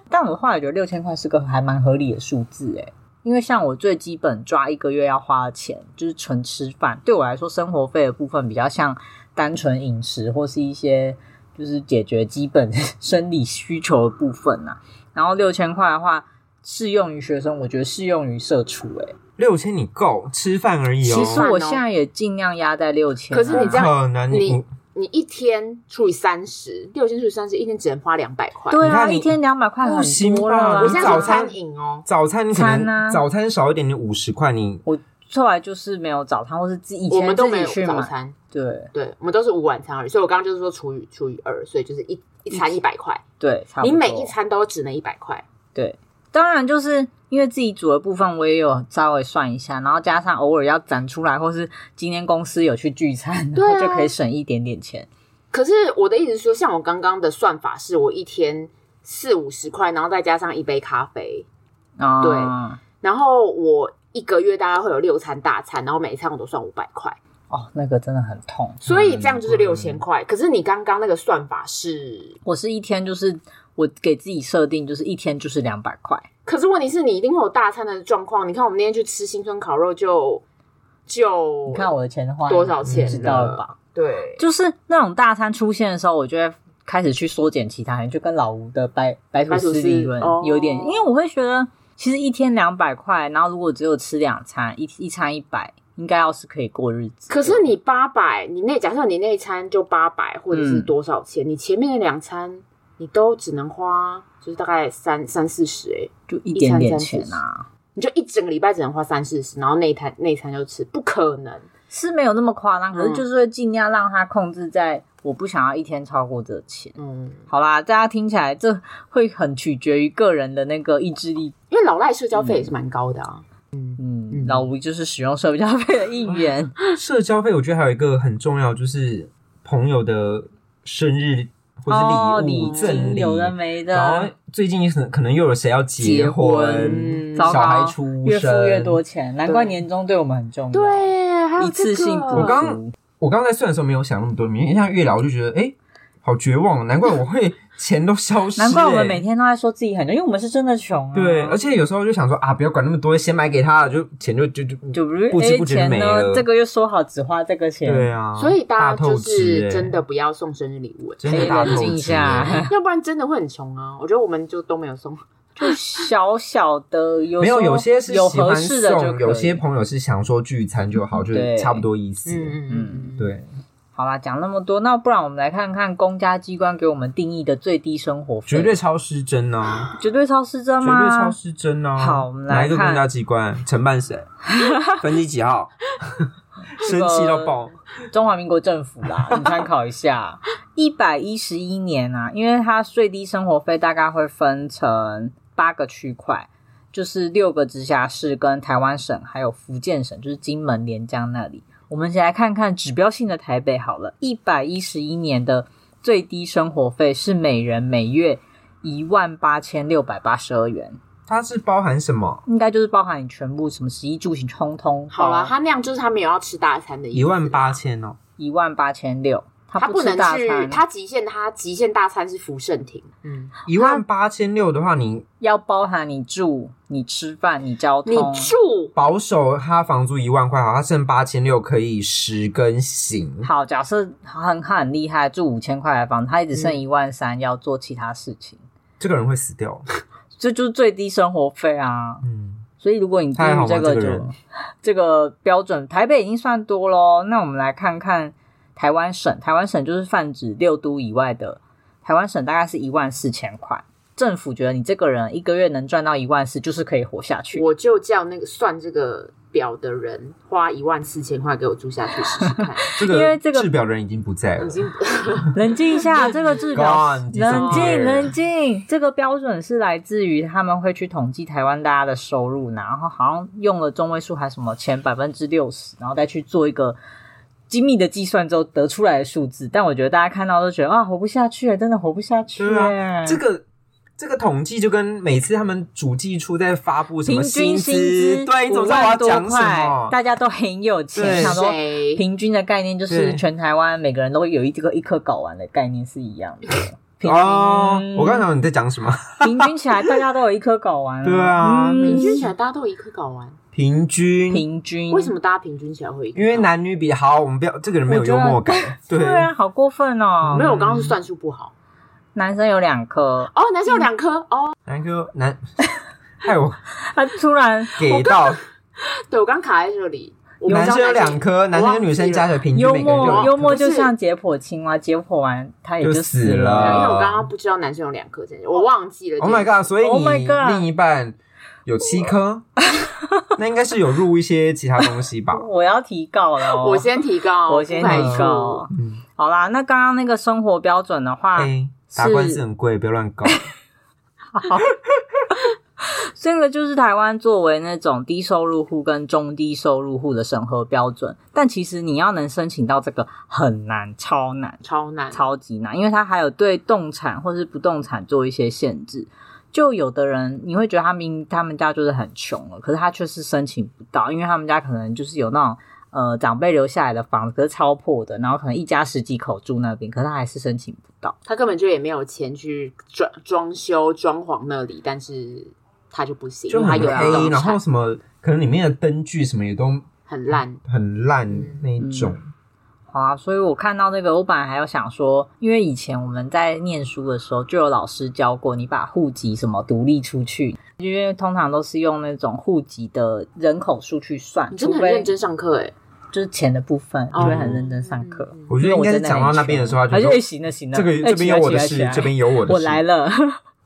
Speaker 1: 但我后来觉得六千块是个还蛮合理的数字诶，因为像我最基本抓一个月要花的钱，就是纯吃饭，对我来说生活费的部分比较像单纯饮食或是一些就是解决基本生理需求的部分呐、然后六千块的话，适用于学生，我觉得适用于社畜欸诶。
Speaker 2: 六千你够吃饭而已哦。
Speaker 1: 其实我现在也尽量压在六千、啊
Speaker 3: 可是你这样
Speaker 2: 可能
Speaker 3: 你
Speaker 2: 你
Speaker 3: 你一天除以三十，六千除以三十，一天只能花两百块。
Speaker 1: 对
Speaker 2: 你
Speaker 1: 啊，
Speaker 2: 看你
Speaker 1: 一天两百块
Speaker 2: 不行
Speaker 1: 很多
Speaker 2: 吧
Speaker 1: 了啊、
Speaker 3: 我现在
Speaker 2: 早
Speaker 3: 说
Speaker 2: 餐
Speaker 3: 餐饮哦，
Speaker 2: 早餐你可能
Speaker 1: 餐啊
Speaker 2: 早餐少一点，你五十块你
Speaker 1: 我后来就是没有早餐，或是自以
Speaker 3: 我们
Speaker 1: 前
Speaker 3: 都
Speaker 1: 自
Speaker 3: 没
Speaker 1: 己
Speaker 3: 有
Speaker 1: 去
Speaker 3: 早
Speaker 1: 买，
Speaker 3: 餐，
Speaker 1: 对
Speaker 3: 对，我们都是午晚餐而已。所以我刚刚就是说除以除以二，所以就是一一餐一百块，
Speaker 1: 对，差不
Speaker 3: 你
Speaker 1: 多
Speaker 3: 每一餐都只能一百块。
Speaker 1: 当然，就是因为自己煮的部分，我也有稍微算一下，然后加上偶尔要攒出来，或是今天公司有去聚餐，
Speaker 3: 对
Speaker 1: 然
Speaker 3: 啊
Speaker 1: 后就可以省一点点钱。
Speaker 3: 可是我的意思是说，像我刚刚的算法是我一天四五十块，然后再加上一杯咖啡，
Speaker 1: 啊、
Speaker 3: 对然后我一个月大概会有六餐大餐，然后每一餐我都算五百块，
Speaker 1: 哦，那个真的很痛。
Speaker 3: 所以这样就是
Speaker 2: 嗯
Speaker 3: 六千块。可是你刚刚那个算法是，
Speaker 1: 我是一天就是我给自己设定，就是一天就是两百块。
Speaker 3: 可是问题是你一定会有大餐的状况。你看我们那天去吃新春烤肉就就
Speaker 1: 你看我的钱花
Speaker 3: 多少钱
Speaker 1: 你知道了吧？
Speaker 3: 对，
Speaker 1: 就是那种大餐出现的时候，我就会开始去缩减其他人，就跟老吴的白白吐司理论
Speaker 3: 白吐司哦
Speaker 1: 有点，因为我会觉得其实一天两百块，然后如果只有吃两餐，一一餐一百，应该要是可以过日子的。
Speaker 3: 可是你八百，你那假设你那一餐就八百或者是
Speaker 1: 嗯
Speaker 3: 多少钱，你前面的两餐你都只能花就是大概三三四十哎、
Speaker 1: 就一点点钱啊，
Speaker 3: 你就一整个礼拜只能花三四十，然后那一餐那一餐就吃，不可能。
Speaker 1: 是没有那么夸张，
Speaker 3: 嗯
Speaker 1: 可是就是会尽量让它控制在我不想要一天超过这个钱。
Speaker 3: 嗯，
Speaker 1: 好啦，大家听起来这会很取决于个人的那个意志力。
Speaker 3: 因为老赖社交费也是蛮高的啊。
Speaker 1: 嗯，
Speaker 3: 嗯
Speaker 1: 老吴就是使用社交费的一员。
Speaker 2: 社交费，我觉得还有一个很重要，就是朋友的生日或
Speaker 1: 哦，
Speaker 2: 是礼
Speaker 1: 礼
Speaker 2: 物、赠
Speaker 1: 金
Speaker 2: 礼。
Speaker 1: 有的没的，
Speaker 2: 然后最近可能可能又有谁要结
Speaker 1: 婚
Speaker 2: 婚，
Speaker 1: 嗯糟糕
Speaker 2: 小孩出生，
Speaker 1: 越付越多钱，难怪年终对我们很重要。，
Speaker 3: 对，啊还有
Speaker 1: 一次性补
Speaker 2: 我
Speaker 3: 刚
Speaker 2: 刚
Speaker 1: 足。
Speaker 2: 我刚才算的时候没有想那么多，明天像越聊我就觉得，哎，好绝望，难怪我会钱都消失、
Speaker 1: 难怪我们每
Speaker 2: 诶。
Speaker 1: 天都在说自己很穷，因为我们是真的穷啊。
Speaker 2: 欸对，而且有时候就想说啊，不要管那么多，先买给他了，就钱就就就
Speaker 1: 就不是
Speaker 2: 不知
Speaker 1: 哎
Speaker 2: 不觉
Speaker 1: 钱
Speaker 2: 没
Speaker 1: 呢，
Speaker 2: 了。
Speaker 1: 这个月说好只花这个钱，
Speaker 2: 对啊，
Speaker 3: 所以大家
Speaker 2: 透
Speaker 3: 就
Speaker 2: 支
Speaker 3: 是
Speaker 2: 诶
Speaker 3: 真的不要送生日礼物、欸
Speaker 2: 真
Speaker 1: 可
Speaker 2: 的
Speaker 1: 以
Speaker 2: 大
Speaker 1: 冷
Speaker 2: 透
Speaker 1: 静一
Speaker 2: 支
Speaker 1: 下。
Speaker 2: 诶
Speaker 3: 要不然真的会很穷啊。我觉得我们就都没有
Speaker 2: 嗯
Speaker 3: 送，
Speaker 1: 就小小的，有
Speaker 2: 没
Speaker 1: 时
Speaker 2: 有，
Speaker 1: 候
Speaker 2: 有些是
Speaker 1: 有
Speaker 2: 喜欢
Speaker 1: 合适的就
Speaker 2: 送，
Speaker 1: 可
Speaker 2: 有些
Speaker 1: 以
Speaker 2: 朋友是想说聚餐就好，就
Speaker 1: 对
Speaker 2: 差不多意思。
Speaker 1: 嗯
Speaker 3: 嗯，
Speaker 2: 对，
Speaker 1: 好啦，讲那么多，那不然我们来看看公家机关给我们定义的最低生活费，
Speaker 2: 绝对超失真啊！
Speaker 1: 绝对超失真
Speaker 2: 绝
Speaker 1: 吗？
Speaker 2: 对超失真啊！
Speaker 1: 好我们来
Speaker 2: 哪一个
Speaker 1: 看
Speaker 2: 公家机关承 办谁？分机几号？生气到爆！
Speaker 1: 中华民国政府啦， 你参考一下，一百一十一年啊，因为它最低生活费大概会分成八个区块，就是六个直辖市跟台湾省，还有福建省，就是金门、连江那里。我们先来看看指标性的台北好了，一百一十一年的最低生活费是每人每月一万八千六百八十二元，
Speaker 2: 它是包含什么？
Speaker 1: 应该就是包含你全部什么食衣住行通通
Speaker 3: 好了，他那样就是他没有要吃大餐的意思。
Speaker 2: 一万八千哦，
Speaker 1: 一万八千六，他
Speaker 3: 他
Speaker 1: 不
Speaker 3: 不
Speaker 1: 吃
Speaker 3: 能
Speaker 1: 大
Speaker 3: 去，
Speaker 1: 餐，
Speaker 3: 他极限他极限大餐是福盛庭，嗯，
Speaker 2: 一万八千六的话，你
Speaker 1: 要包含你住、你吃饭、你交通。
Speaker 3: 你住
Speaker 2: 保守他房租一万块，好，他剩八千六可以十根行。
Speaker 1: 好，假设他很他很厉
Speaker 2: 嗯
Speaker 1: 害，住五千块的房子，他也只剩一万三，要做其他事情。
Speaker 2: 这个人会死掉，
Speaker 1: 这就是最低生活费啊。
Speaker 2: 嗯，
Speaker 1: 所以如果你低
Speaker 2: 太好
Speaker 1: 于这
Speaker 2: 玩
Speaker 1: 个
Speaker 2: 这
Speaker 1: 就
Speaker 2: 个人
Speaker 1: 这个标准，台北已经算多喽。那我们来看看台湾省，台湾省就是泛指六都以外的，台湾省大概是一万四千块。政府觉得你这个人一个月能赚到一万四，就是可以活下去。
Speaker 3: 我就叫那个算这个表的人花一万四千块给我住下去试试 看。
Speaker 2: 这
Speaker 1: 因为这个
Speaker 2: 制表人已经不在了
Speaker 3: 已，经
Speaker 1: 冷静一 下，这个制表
Speaker 2: Gone,
Speaker 1: 冷
Speaker 2: disappear
Speaker 1: 静冷静，这个标准是来自于他们会去统计台湾大家的收入，然后好像用了中位数还是什么前百分之六十，然后再去做一个精密的计算之后得出来的数字。但我觉得大家看到都觉得啊，活不下去，真的活不下去。
Speaker 2: 对啊，这个这个统计就跟每次他们主计处在发布什
Speaker 1: 平
Speaker 2: 么
Speaker 1: 均
Speaker 2: 资，
Speaker 1: 薪资
Speaker 2: 对，你怎
Speaker 1: 五
Speaker 2: 么知道我要
Speaker 1: 万多
Speaker 2: 讲什
Speaker 1: 块
Speaker 2: 么，？
Speaker 1: 大家都很有钱，
Speaker 2: 对
Speaker 1: 想说
Speaker 3: 谁？
Speaker 1: 平均的概念就是
Speaker 2: 对
Speaker 1: 全台湾每个人都有一这个一颗睾丸的概念是一样的。平均
Speaker 2: 哦，我刚想你在讲什么？
Speaker 1: 平均起来，大家都有一颗睾丸、
Speaker 2: 对啊
Speaker 1: 嗯
Speaker 3: 平均起来大家都有一颗睾丸，
Speaker 2: 平均，
Speaker 1: 平均
Speaker 3: 为什？么大家平均起来会有一颗睾丸？
Speaker 2: 因为男女比好，我们不要这个人没有
Speaker 1: 我觉
Speaker 2: 幽
Speaker 1: 得
Speaker 2: 默 感，对
Speaker 1: 对啊，好过分哦！
Speaker 3: 没有，我刚刚
Speaker 2: 嗯
Speaker 3: 是算数不好。
Speaker 1: 男生有两 颗，
Speaker 3: 哦，男生有两颗哦，
Speaker 2: 男哥男， 害我
Speaker 1: 他啊突然
Speaker 2: 给到
Speaker 3: 对我刚卡在这里。我不知道
Speaker 2: 男生有两颗，男生跟女生加起来平均
Speaker 1: 幽
Speaker 2: 每个人
Speaker 1: 默，
Speaker 2: 就
Speaker 1: 幽默
Speaker 3: 可
Speaker 1: 就是像解剖青蛙，解剖完它也
Speaker 2: 就
Speaker 1: 死
Speaker 2: 死
Speaker 3: 对
Speaker 2: 了
Speaker 3: 因为
Speaker 1: 哦
Speaker 3: 我刚刚不知道男生有两颗这件事，我忘记了。
Speaker 2: Oh my god！所以
Speaker 1: Oh my
Speaker 2: 你
Speaker 1: god
Speaker 2: 另一半有七颗， 那应该是有入一些其他东西吧？
Speaker 1: 我要提告了哦，
Speaker 3: 我先提高，
Speaker 1: 我先
Speaker 3: 不排
Speaker 1: 提
Speaker 3: 除
Speaker 1: 告。
Speaker 2: 嗯，
Speaker 1: 好啦，那刚刚那个生活标准的话，
Speaker 2: 哎，打
Speaker 1: 是
Speaker 2: 官司很贵，不要乱搞。
Speaker 1: 这个就是台湾作为那种低收入户跟中低收入户的审核标准，但其实你要能申请到这个很难，超难。
Speaker 3: 超难。
Speaker 1: 超级难，因为它还有对动产或是不动产做一些限制。就有的人你会觉得他明他们家就是很穷了，可是他却是申请不到，因为他们家可能就是有那种呃长辈留下来的房子，可是超破的，然后可能一家十几口住那边，可是他还是申请不到。
Speaker 3: 他根本就也没有钱去装装修、装潢那里，但是他就不行，
Speaker 2: 就
Speaker 3: 因为他
Speaker 2: 很
Speaker 3: 有
Speaker 1: 啊
Speaker 2: 黑，
Speaker 3: 动
Speaker 2: 然后
Speaker 3: 产
Speaker 2: 什么可能里面的灯具什么也都
Speaker 3: 很烂，
Speaker 2: 很烂那一种。
Speaker 1: 好啊，所以我看到那个，我本来还有想说，因为以前我们在念书的时候就有老师教过，你把户籍什么独立出去，因为通常都是用那种户籍的人口数去算，
Speaker 3: 你真
Speaker 1: 除
Speaker 3: 的很
Speaker 1: 非
Speaker 3: 认真上课哎、
Speaker 1: 就是钱的部分，
Speaker 3: 哦
Speaker 1: 就会很认真上课。
Speaker 3: 嗯
Speaker 2: 我觉得应该是讲到那边的时候，他
Speaker 1: 而
Speaker 2: 就
Speaker 1: 且、
Speaker 2: 说
Speaker 1: 行了行了，
Speaker 2: 这个
Speaker 1: 哎
Speaker 2: 这边有我
Speaker 1: 起
Speaker 2: 的
Speaker 1: 来起
Speaker 2: 事
Speaker 1: 来，
Speaker 2: 这边有我的事，
Speaker 1: 我来了。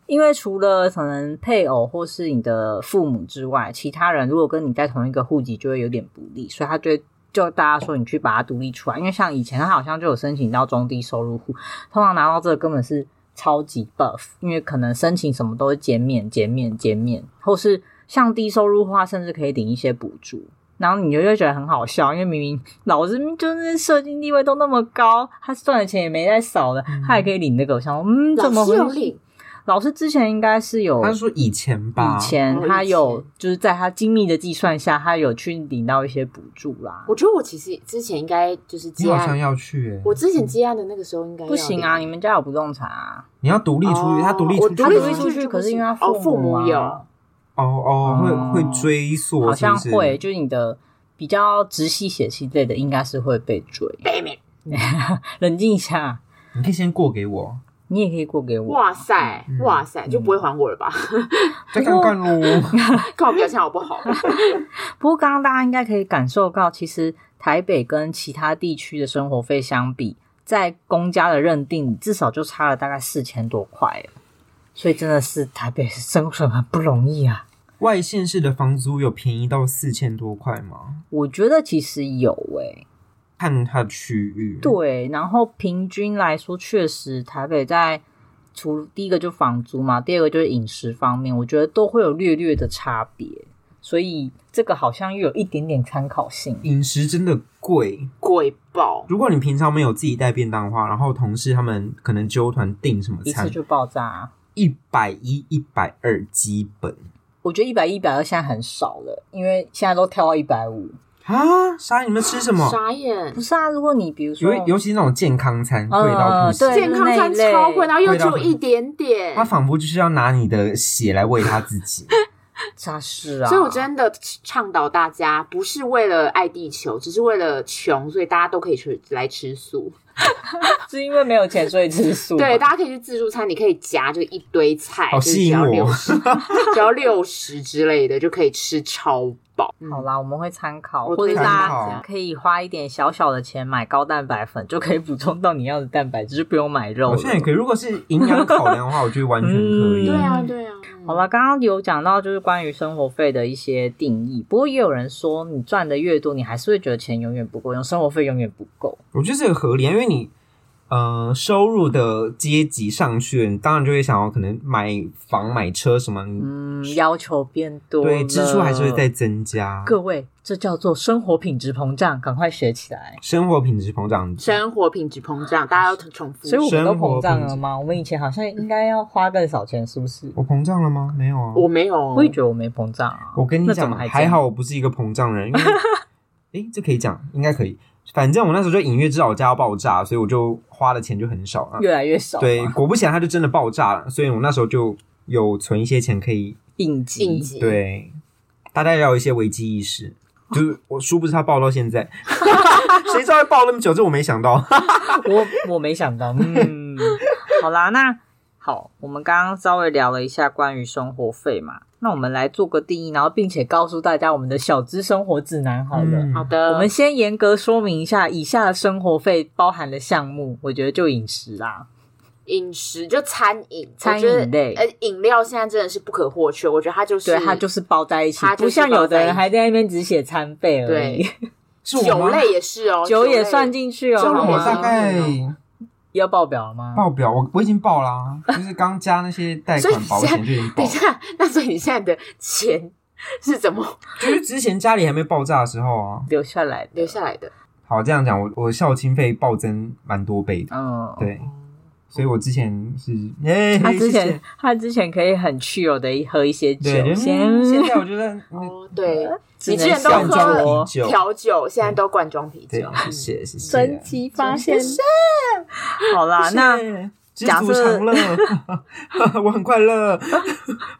Speaker 1: 因为除了可能配偶或是你的父母之外，其他人如果跟你在同一个户籍，就会有点不利，所以他就会就大家说你去把它独立出来。因为像以前他好像就有申请到中低收入户，通常拿到这个根本是超级 buff，因为可能申请什么都是减免、减免、减免，或是像低收入的话，甚至可以领一些补助。然后你就会觉得很好笑，因为明明老师就是社经地位都那么高，他赚的钱也没在少的，他还可以领那个。我想说，嗯，怎么
Speaker 3: 嗯老师
Speaker 1: 会
Speaker 3: 有领？
Speaker 1: 老师之前应该是有
Speaker 2: 他是说以前吧，
Speaker 1: 以前
Speaker 3: 哦
Speaker 1: 他
Speaker 3: 以
Speaker 1: 有
Speaker 3: 前
Speaker 1: 就是在他精密的计算下，他有去领到一些补助啦。
Speaker 3: 我觉得我其实之前应该就是
Speaker 2: 你
Speaker 3: 接
Speaker 2: 好像
Speaker 3: 案，
Speaker 2: 要去、欸，
Speaker 3: 我之前接案的那个时候应该要
Speaker 1: 不行啊，
Speaker 3: 领
Speaker 1: 你们家有不动产啊？
Speaker 2: 你要独立出去，
Speaker 3: 哦
Speaker 2: 他独立出去
Speaker 3: 我
Speaker 1: 他
Speaker 3: 独立
Speaker 1: 独立
Speaker 3: 出
Speaker 1: 出
Speaker 3: 去
Speaker 1: 去，
Speaker 3: 就
Speaker 1: 可
Speaker 3: 不
Speaker 1: 是因为
Speaker 3: 行
Speaker 1: 他
Speaker 3: 哦父
Speaker 1: 母
Speaker 3: 母
Speaker 1: 啊
Speaker 3: 有
Speaker 2: 哦哦，
Speaker 1: 哦
Speaker 2: 会会追溯，
Speaker 1: 好像
Speaker 2: 是不是
Speaker 1: 会，就是你的比较直系血亲类的，应该是会被追。
Speaker 3: Damn it
Speaker 1: 冷静一下，
Speaker 2: 你可以先过给我，
Speaker 1: 你也可以过给我。
Speaker 3: 哇塞
Speaker 2: 嗯，
Speaker 3: 哇塞，就不会还我了吧？
Speaker 1: 哎
Speaker 2: 再看看喽。
Speaker 3: 看我表情好不 好？
Speaker 1: 不过刚刚大家应该可以感受到，其实台北跟其他地区的生活费相比，在公家的认定至少就差了大概四千多块了，所以真的是台北生存很不容易啊。
Speaker 2: 外县市的房租有便宜到四千多块吗？
Speaker 1: 我觉得其实有欸诶、
Speaker 2: 看它的区域，，
Speaker 1: 对，然后平均来说，确实台北在除第一个就房租嘛，第二个就是饮食方面，我觉得都会有略略的差别，所以这个好像又有一点点参考性。
Speaker 2: 饮食真的贵。
Speaker 3: 贵爆！
Speaker 2: 如果你平常没有自己带便当的话，然后同事他们可能纠团订什么
Speaker 1: 一次
Speaker 2: 餐，
Speaker 1: 就爆炸、啊，
Speaker 2: 一百一、一百二基本
Speaker 1: 我觉得一百一百二现在很少了，因为现在都跳到一百五。
Speaker 2: 啊！鲨鱼，你们吃什么？
Speaker 3: 傻眼
Speaker 1: 不，是啊，如果你比如说，
Speaker 2: 尤尤其是那种健康餐，贵
Speaker 1: 嗯
Speaker 2: 到不行。
Speaker 1: 对
Speaker 3: 健康餐
Speaker 1: 就是那一类
Speaker 3: 超贵，然后又
Speaker 2: 贵到
Speaker 3: 就一点点
Speaker 2: 他。仿佛就是要拿你的血来喂他自己，
Speaker 1: 啥事啊？
Speaker 3: 所以我真的倡导大家，不是为了爱地球，只是为了穷，所以大家都可以去来吃素。
Speaker 1: 是因为没有钱所以 吃素吗。
Speaker 3: 对，大家可以去自助餐，你可以夹就一堆菜，
Speaker 2: 好
Speaker 3: 就是
Speaker 2: 吸
Speaker 3: 只
Speaker 2: 引
Speaker 3: 要
Speaker 2: 我
Speaker 3: 六 十，只要六十之类的就可以吃超饱。嗯
Speaker 1: 好啦，我们会参考，
Speaker 3: 我
Speaker 1: 或
Speaker 3: 推
Speaker 1: 者
Speaker 3: 荐
Speaker 1: 大
Speaker 2: 参
Speaker 1: 家
Speaker 2: 考
Speaker 1: 可以花一点小小的钱买高蛋白粉，就可以补充到你要的蛋白，只是不用买肉
Speaker 2: 好像也
Speaker 1: 了。
Speaker 2: 可以。如果是营养考量的话，我觉得完全可
Speaker 1: 嗯
Speaker 2: 以。
Speaker 3: 对啊，对啊。
Speaker 1: 好
Speaker 2: 嗯
Speaker 1: 了，刚刚有讲到就是关于生活费的一些定义，不过也有人说，你赚的越多，你还是会觉得钱永远不够用，生活费永远不够。
Speaker 2: 我觉得这个合理，因为你呃收入的阶级上去了，你当然就会想要可能买房、买车什么，你
Speaker 1: 嗯，要求变多了，
Speaker 2: 对支出还是会再增加。
Speaker 1: 各位，这叫做生活品质膨胀，赶快学起来。
Speaker 2: 生活品质膨胀，
Speaker 3: 生活品质膨胀，大家要重复。
Speaker 1: 所以我们都膨胀了
Speaker 2: 嗯生
Speaker 1: 吗？我们以前好像应该要花更少钱，是不是？
Speaker 2: 我膨胀了吗？没有啊，
Speaker 3: 我没有，
Speaker 1: 我也觉得我没膨胀啊。
Speaker 2: 我跟你
Speaker 1: 那怎
Speaker 2: 讲
Speaker 1: 么，还
Speaker 2: 还
Speaker 1: 这样
Speaker 2: 好我不是一个膨 胀人，因为诶，这可以讲，应该可以。反正我那时候就隐约知道我家要爆炸，所以我就花的钱就很少啊。
Speaker 1: 越来越少、啊，
Speaker 2: 对，果不其然，它就真的爆炸了，所以我那时候就有存一些钱可以。
Speaker 1: 应急
Speaker 3: 晋级。
Speaker 2: 对，大家要有一些危机意识。就是我殊不知它爆到 现在，谁知道会爆那么久？这我没想到。
Speaker 1: 我我没想 到，嗯，好啦，那好，我们刚刚稍微聊了一下关于生活费嘛，那我们来做个定义，然后并且告诉大家我们的小资生活指南好了。
Speaker 2: 嗯
Speaker 3: 好的，
Speaker 1: 我们先严格说明一下以下生活费包含的项目，我觉得就饮食啦，
Speaker 3: 饮食就餐饮，
Speaker 1: 餐饮
Speaker 3: 我觉得
Speaker 1: 类
Speaker 3: 呃，饮料现在真的是不可或缺。我觉得它就是，
Speaker 1: 对，它就是包在一起，
Speaker 3: 它就是
Speaker 1: 不像有
Speaker 3: 包
Speaker 1: 的
Speaker 3: 在一
Speaker 1: 人
Speaker 3: 起
Speaker 1: 还在那边只写餐费而已，
Speaker 2: 是我
Speaker 3: 酒
Speaker 2: 吗？
Speaker 3: 类也是哦，
Speaker 1: 酒也
Speaker 3: 类
Speaker 1: 算。进去哦。
Speaker 3: 酒类
Speaker 1: 好
Speaker 2: 我
Speaker 1: 吗
Speaker 2: 大概
Speaker 1: 要报表了吗？
Speaker 2: 爆表，我我已经爆啦、就是刚加那些贷
Speaker 3: 所以
Speaker 2: 款保险就已经爆
Speaker 3: 等一
Speaker 2: 了。
Speaker 3: 下，那所以你现在的钱 是怎么
Speaker 2: 就是之前家里还没爆炸的时候啊。
Speaker 1: 留下来的，
Speaker 3: 留下来的？
Speaker 2: 好，这样讲，我我校庆费暴增蛮多倍的。
Speaker 3: 哦
Speaker 1: 嗯，
Speaker 2: 对，所以我之前是哎，
Speaker 1: 他之
Speaker 2: 谢
Speaker 1: 前
Speaker 2: 谢
Speaker 1: 他之前可以很去有的喝一些酒，
Speaker 2: 对，就是
Speaker 1: 先
Speaker 2: 嗯现在我觉得嗯
Speaker 3: 哦，对，
Speaker 1: 只
Speaker 3: 你
Speaker 1: 能
Speaker 3: 之前都
Speaker 1: 灌
Speaker 2: 罐
Speaker 1: 装
Speaker 2: 装
Speaker 1: 我
Speaker 2: 啤酒，嗯
Speaker 3: 调酒现在都罐装啤
Speaker 2: 对
Speaker 3: 酒，，
Speaker 2: 谢谢谢谢。
Speaker 1: 奇
Speaker 3: 发现
Speaker 1: 好啦，那
Speaker 2: 知
Speaker 1: 假
Speaker 2: 足
Speaker 1: 设
Speaker 2: 常乐，我很快乐。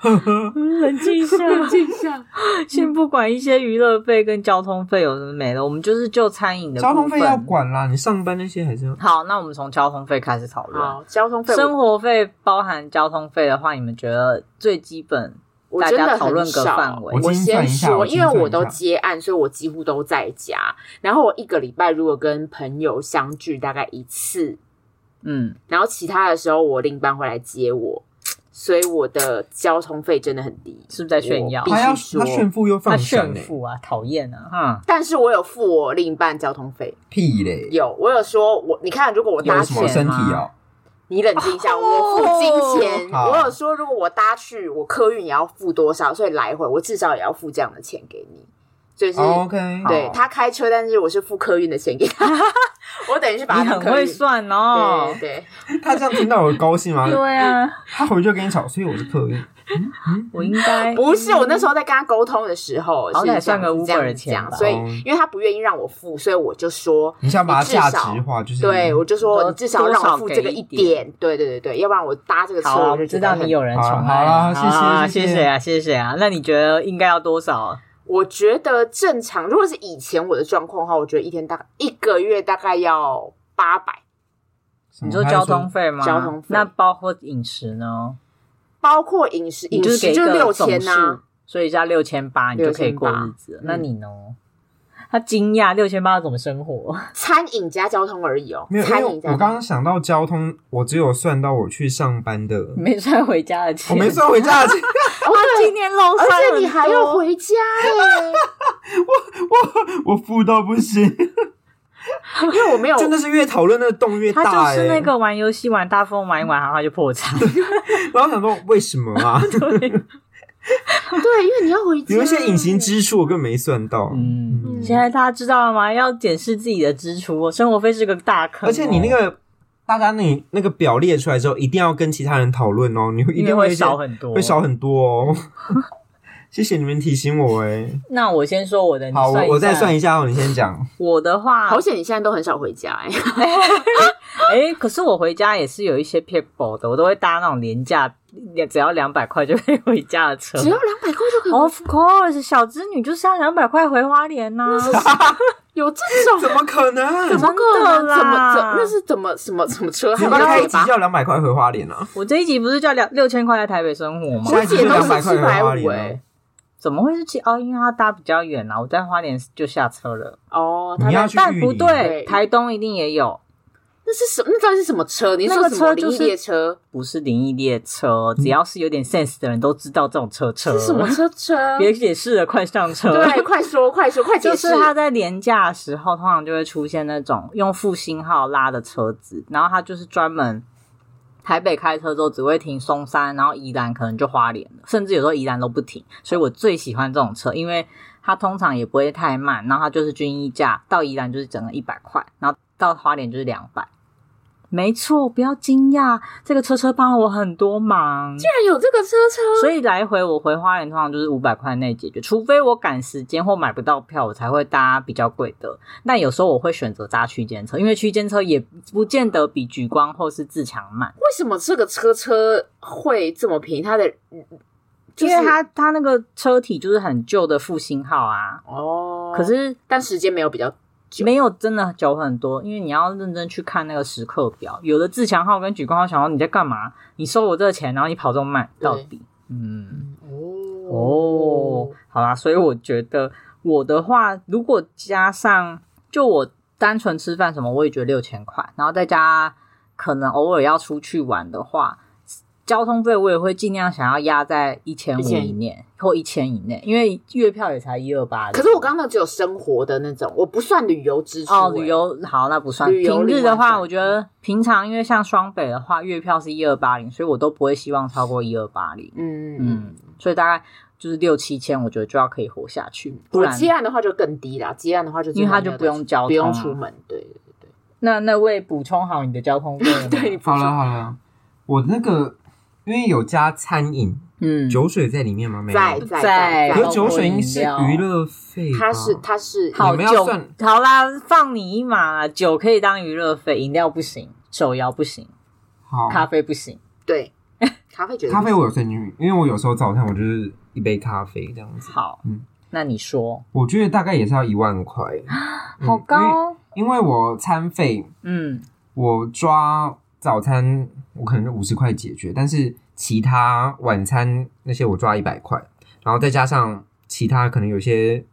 Speaker 1: 冷静一下，
Speaker 3: 静下。
Speaker 1: 先不管一些娱乐费跟交通费有什么没了，我们就是就餐饮的
Speaker 2: 交通
Speaker 1: 部
Speaker 2: 费
Speaker 1: 分
Speaker 2: 要。管啦，你上班那些还是要。
Speaker 1: 好，那我们从交通费开始讨论。
Speaker 3: 好，交通费
Speaker 1: 生活费包含交通费的话，你们觉得最基本
Speaker 3: 我
Speaker 1: 大
Speaker 3: 真
Speaker 1: 家
Speaker 3: 的
Speaker 1: 讨论
Speaker 3: 很
Speaker 1: 个
Speaker 3: 少
Speaker 1: 范。
Speaker 2: 我
Speaker 1: 围？
Speaker 2: 今
Speaker 3: 我
Speaker 2: 精算
Speaker 3: 先
Speaker 2: 一下
Speaker 3: 说，
Speaker 2: 我精
Speaker 3: 因为
Speaker 2: 算
Speaker 3: 我
Speaker 2: 一
Speaker 3: 都
Speaker 2: 下
Speaker 3: 接案，所以我几乎都在家。然后我一个礼拜如果跟朋友相聚大概一次，
Speaker 1: 嗯，
Speaker 3: 然后其他的时候我另一半会来接我，所以我的交通费真的很低。
Speaker 1: 是不是在炫耀
Speaker 3: 我？必
Speaker 2: 他
Speaker 3: 须说
Speaker 2: 要他炫富又
Speaker 1: 他
Speaker 2: 放闪
Speaker 1: 炫
Speaker 2: 欸，
Speaker 1: 富啊，讨厌啊！哈，
Speaker 3: 但是我有付我另一半交通费，
Speaker 2: 屁嘞！
Speaker 3: 有我有说我你看，如果我搭
Speaker 1: 有
Speaker 2: 什
Speaker 3: 去，
Speaker 2: 么身体哦？
Speaker 3: 你冷静一下，
Speaker 1: 哦
Speaker 3: 我付金钱，
Speaker 2: 好
Speaker 3: 我有说如果我搭去，我客运也要付多少，所以来回我至少也要付这样的钱给你，就是。
Speaker 2: 哦 OK，
Speaker 3: 对
Speaker 1: 好
Speaker 3: 他开车，但是我是付客运的钱给他， 我等于是把他
Speaker 1: 你很
Speaker 3: 当客
Speaker 1: 会
Speaker 3: 运。
Speaker 1: 算哦
Speaker 3: 对。对，
Speaker 2: 他这样听到我高兴吗？
Speaker 1: 对啊，
Speaker 2: 他回去就跟你吵，所以我是客运。
Speaker 1: 我应该
Speaker 3: 对不是我那时候在跟他沟通的时候，
Speaker 1: 哎嗯好
Speaker 3: 是这
Speaker 1: 歹
Speaker 3: 样
Speaker 1: 算个
Speaker 3: 子这
Speaker 1: Uber
Speaker 3: 样
Speaker 1: 的
Speaker 3: 子
Speaker 1: 钱吧
Speaker 3: 讲，所以
Speaker 2: 哦
Speaker 3: 因为他不愿意让我付，所以我就说，
Speaker 2: 你想把它
Speaker 3: 你至
Speaker 2: 价
Speaker 3: 少
Speaker 2: 值化，就是
Speaker 3: 对我就
Speaker 1: 嗯多
Speaker 3: 说你至少让我付这个一
Speaker 1: 多少给一
Speaker 3: 点，对对对对，要不然我搭这个车
Speaker 1: 好啊，
Speaker 3: 我
Speaker 1: 我
Speaker 3: 就
Speaker 1: 知
Speaker 3: 觉
Speaker 1: 道
Speaker 3: 得很
Speaker 1: 你有人宠爱你，
Speaker 2: 好啊
Speaker 1: 啊谢
Speaker 2: 谢谢谢谢嗯
Speaker 1: 谢啊，谢谢啊。那你觉得应该要多少？
Speaker 3: 我觉得正常，如果是以前我的状况的话，我觉得一天大概一个月大概要八百，
Speaker 2: 什么
Speaker 1: 你说交通费吗？
Speaker 3: 交通费
Speaker 1: 那包括饮食呢？
Speaker 3: 包括饮食，
Speaker 1: 你
Speaker 3: 饮
Speaker 1: 就是
Speaker 3: 食
Speaker 1: 给一
Speaker 3: 就
Speaker 1: 个
Speaker 3: 六
Speaker 1: 总
Speaker 3: 千呐、
Speaker 1: 数，所以加啊六千八，你嗯就可以过日子了。
Speaker 3: 6800
Speaker 1: 那你呢？他惊讶六千八怎么生活？
Speaker 3: 餐饮加交通而已哦
Speaker 2: 没，有，因
Speaker 3: 餐
Speaker 2: 为
Speaker 3: 饮加
Speaker 2: 我刚刚想到交通，我只有算到我去上班的，
Speaker 1: 没算回家的
Speaker 2: 我
Speaker 1: 钱，
Speaker 2: 没算回家的钱，
Speaker 3: 哦
Speaker 1: 他今年漏
Speaker 3: 而
Speaker 1: 算很
Speaker 3: 且
Speaker 1: 多，
Speaker 3: 你还要回家耶、
Speaker 2: 我富到不行。
Speaker 3: 因为我没有，
Speaker 2: 真的是越讨论那个洞越
Speaker 1: 哦他
Speaker 2: 大、欸，
Speaker 1: 就是那个玩游戏玩大富翁玩一玩，然后他就破 产。
Speaker 2: 然后想说为什么 啊？
Speaker 3: 对，因为你要回家，
Speaker 2: 有一些隐形支出我根本没算到，
Speaker 1: 嗯，
Speaker 3: 嗯
Speaker 1: 现在大家知道了吗？要检视自己的支出，生活费是个大坑哦。
Speaker 2: 而且你那个大家那那个表列出来之后，一定要跟其他人讨论哦，你会一
Speaker 1: 因为
Speaker 2: 定
Speaker 1: 会
Speaker 2: 一些
Speaker 1: 少很多，
Speaker 2: 会少很多 哦。谢谢你们提醒我哎、
Speaker 1: 那我先说我的，你
Speaker 2: 好，
Speaker 1: 算
Speaker 2: 我
Speaker 1: 一
Speaker 2: 我再
Speaker 1: 下
Speaker 2: 算一下哦，你先讲。
Speaker 1: 我的话，
Speaker 3: 好险你现在都很少回 家、哎，
Speaker 1: 哎、可是我回家也是有一些 people 的，我都会搭那种廉价只要两百块就可以回家的车。
Speaker 3: 只要两百块就可以，
Speaker 1: Of course，小织女就是要两百块回花莲啊呐、
Speaker 3: 有这种？
Speaker 2: 怎么可能？
Speaker 3: 怎么
Speaker 1: 真
Speaker 3: 个
Speaker 1: 的
Speaker 3: 呢？怎么
Speaker 1: 啦
Speaker 3: 怎那是怎么什么什么车？还
Speaker 2: 只
Speaker 3: 有
Speaker 2: 要开一
Speaker 3: 嘴
Speaker 2: 集
Speaker 3: 巴
Speaker 2: 就要两百块回花莲啊！
Speaker 1: 我这一集不是叫两六千块在台北生活吗？
Speaker 2: 下
Speaker 3: 我
Speaker 2: 一集
Speaker 3: 姐
Speaker 2: 就
Speaker 3: 都
Speaker 2: 两
Speaker 3: 是
Speaker 2: 百块
Speaker 3: 七
Speaker 2: 回
Speaker 3: 百
Speaker 2: 花
Speaker 3: 五
Speaker 2: 莲
Speaker 3: 哎
Speaker 2: 啊。
Speaker 1: 怎么会是七？哦，因为它搭比较远啊，我在花莲就下车了。
Speaker 3: 哦，他
Speaker 2: 你要
Speaker 3: 那
Speaker 2: 去
Speaker 1: 但
Speaker 2: 玉
Speaker 1: 不
Speaker 2: 里
Speaker 1: 对
Speaker 3: 对，
Speaker 1: 台东一定也有，
Speaker 3: 那是什么？那到底是什么车？你是说
Speaker 1: 那个
Speaker 3: 什么
Speaker 1: 车
Speaker 3: 灵
Speaker 1: 就是
Speaker 3: 异列车？
Speaker 1: 不是灵异列车，
Speaker 2: 嗯
Speaker 1: 只要是有点 sense 的人都知道这种车车。
Speaker 2: 呃
Speaker 3: 是什 么？车车？
Speaker 1: 别解释了，快上车。
Speaker 3: 对，快说快说快解
Speaker 1: 就
Speaker 3: 释
Speaker 1: 是！它在廉价的时候，通常就会出现那种用复兴号拉的车子，然后它就是专门台北开车之后只会停松山，然后宜兰可能就花莲了，甚至有时候宜兰都不停。所以我最喜欢这种车，因为它通常也不会太慢，然后它就是均一价，到宜兰就是整个一百块，然后到花莲就是两百。没错，不要惊讶，这个车车帮了我很多忙。
Speaker 3: 竟然有这个车车，
Speaker 1: 所以来回我回花莲通常就是五百块内解决，除非我赶时间或买不到票，我才会搭比较贵的。但有时候我会选择搭区间车，因为区间车也不见得比莒光或是自强慢，
Speaker 3: 为什么这个车车会这么便宜？它的就是
Speaker 1: 因为它它那个车体就是很旧的复兴号啊。
Speaker 3: 哦，
Speaker 1: 可是
Speaker 3: 但时间没有比较久
Speaker 1: 没有真的久很多，因为你要认真去看那个时刻表。有的自强号跟莒光号想要你在干嘛？你收我这个钱，然后你跑这么慢，
Speaker 3: 对
Speaker 1: 到底？嗯。
Speaker 3: 哦
Speaker 1: 哦，好啦，所以我觉得我的话，如果加上就我单纯吃饭什么，我也觉得六千块，然后再加可能偶尔要出去玩的话，交通费我也会尽量想要压在一千五
Speaker 3: 1000
Speaker 1: 以内或一千以内，因为月票也才一二八。
Speaker 3: 可是我刚刚只有生活的那种，我不算旅游支出、
Speaker 1: 哦，
Speaker 3: 欸
Speaker 1: 旅游好，那不算。
Speaker 3: 旅游
Speaker 1: 平
Speaker 3: 另
Speaker 1: 日
Speaker 3: 外
Speaker 1: 的话，
Speaker 3: 算
Speaker 1: 我觉得平常因为像双北的话，月票是一二八零，所以我都不会希望超过一二八零。
Speaker 3: 嗯嗯。
Speaker 1: 嗯，所以大概就是六七千，我觉得就要可以活下去，不
Speaker 3: 我
Speaker 1: 然
Speaker 3: 接案的话就更低啦，接案的话就真的
Speaker 1: 因为他
Speaker 3: 没有
Speaker 1: 就不用交通啊
Speaker 3: 不用出门，对，
Speaker 1: 那那位补充好你的交通费了 吗，
Speaker 3: 对
Speaker 2: 好了好了，我那个因为有加餐饮，
Speaker 1: 嗯，
Speaker 2: 酒水在里面吗？没有。
Speaker 3: 在在
Speaker 1: 在然
Speaker 2: 可是
Speaker 1: 后
Speaker 2: 酒水
Speaker 1: 饮
Speaker 2: 应是
Speaker 1: 料
Speaker 2: 娱乐费吧，
Speaker 3: 他是他是
Speaker 1: 好
Speaker 2: 你们要
Speaker 1: 酒
Speaker 2: 算
Speaker 1: 好啦，放你一马啦，酒可以当娱乐费，饮料不行，手摇不行，
Speaker 2: 好
Speaker 1: 咖啡不行，
Speaker 3: 对咖啡觉得
Speaker 2: 咖啡我有算进去，因为我有时候早餐我就是一杯咖啡这样子。
Speaker 1: 好，
Speaker 2: 嗯
Speaker 1: 那你说，
Speaker 2: 我觉得大概也是要一万块，嗯
Speaker 1: 好高哦，
Speaker 2: 因为因为我餐费
Speaker 1: 嗯，
Speaker 2: 我抓早餐我可能就五十块解决，但是其他晚餐那些我抓一百块，然后再加上其他可能有些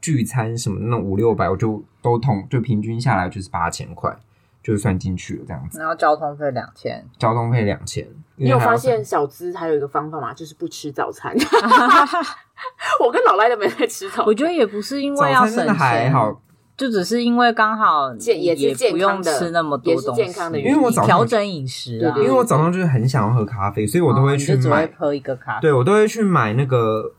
Speaker 2: 聚餐什么那种五六百，我就都统就平均下来就是八千块，就算进去了这样子。
Speaker 1: 然后交通费两千，
Speaker 2: 交通费两千，
Speaker 3: 你
Speaker 2: 因
Speaker 3: 有
Speaker 2: 为还
Speaker 3: 发
Speaker 2: 要
Speaker 3: 现小资还有一个方法吗？就是不吃早餐。 我跟老赖都没在吃早
Speaker 1: 我
Speaker 3: 餐，
Speaker 1: 觉得也不是因
Speaker 2: 早
Speaker 1: 为要
Speaker 2: 餐真
Speaker 1: 省
Speaker 2: 的还
Speaker 1: 钱，
Speaker 2: 好，
Speaker 1: 就只是因为刚好
Speaker 3: 健也是健
Speaker 1: 不用
Speaker 3: 康的
Speaker 1: 吃那么
Speaker 3: 也
Speaker 1: 多
Speaker 3: 是
Speaker 1: 东西，
Speaker 3: 健康的
Speaker 2: 因为我早上
Speaker 1: 调整饮食啊，
Speaker 3: 对
Speaker 2: 因为我早上就是很想要喝咖啡，所以我都
Speaker 1: 哦
Speaker 2: 会
Speaker 1: 你
Speaker 2: 去
Speaker 1: 就只
Speaker 2: 买
Speaker 1: 会，喝一个咖啡。
Speaker 2: 对我都会去买那个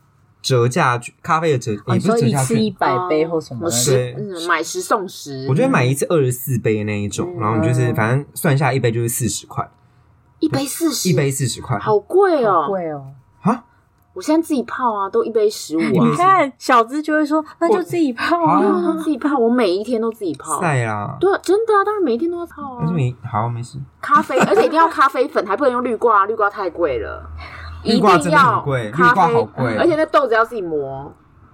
Speaker 2: 折价券咖啡的折，
Speaker 1: 哦
Speaker 2: 也
Speaker 1: 你
Speaker 2: 不
Speaker 1: 说
Speaker 2: 是折
Speaker 1: 一
Speaker 2: 价
Speaker 1: 次一
Speaker 2: 券，
Speaker 1: 百杯或什么
Speaker 3: 我
Speaker 1: 的
Speaker 3: 十
Speaker 2: 对
Speaker 3: 嗯买十送十，
Speaker 2: 我觉得买一次二十四杯那一种，然后你就是
Speaker 1: 嗯
Speaker 2: 反正算下一杯就是四十块，
Speaker 3: 一杯四十，
Speaker 2: 一杯四十块，
Speaker 3: 好贵
Speaker 1: 好
Speaker 3: 哦。
Speaker 1: 贵哦。
Speaker 2: 啊，
Speaker 3: 我现在自己泡啊，都一杯十五
Speaker 2: 一
Speaker 1: 你
Speaker 2: 杯
Speaker 3: 啊，
Speaker 1: 看小资就会说，那就自己泡
Speaker 2: 啊
Speaker 3: 对
Speaker 1: 啊。
Speaker 3: 啊，自己泡，我每一天都自己泡。
Speaker 2: 晒啦，
Speaker 3: 对，真的啊，当然每一天都要泡
Speaker 2: 但
Speaker 3: 啊
Speaker 2: 是。你好没事，
Speaker 3: 咖 啡，而且一定要咖啡粉，还不能用绿挂，绿挂太贵了。
Speaker 2: 绿
Speaker 3: 一
Speaker 2: 挂
Speaker 3: 定
Speaker 2: 真的
Speaker 3: 要
Speaker 2: 很贵
Speaker 3: 咖啡
Speaker 2: 绿挂好贵
Speaker 3: 而且那豆子要自己磨。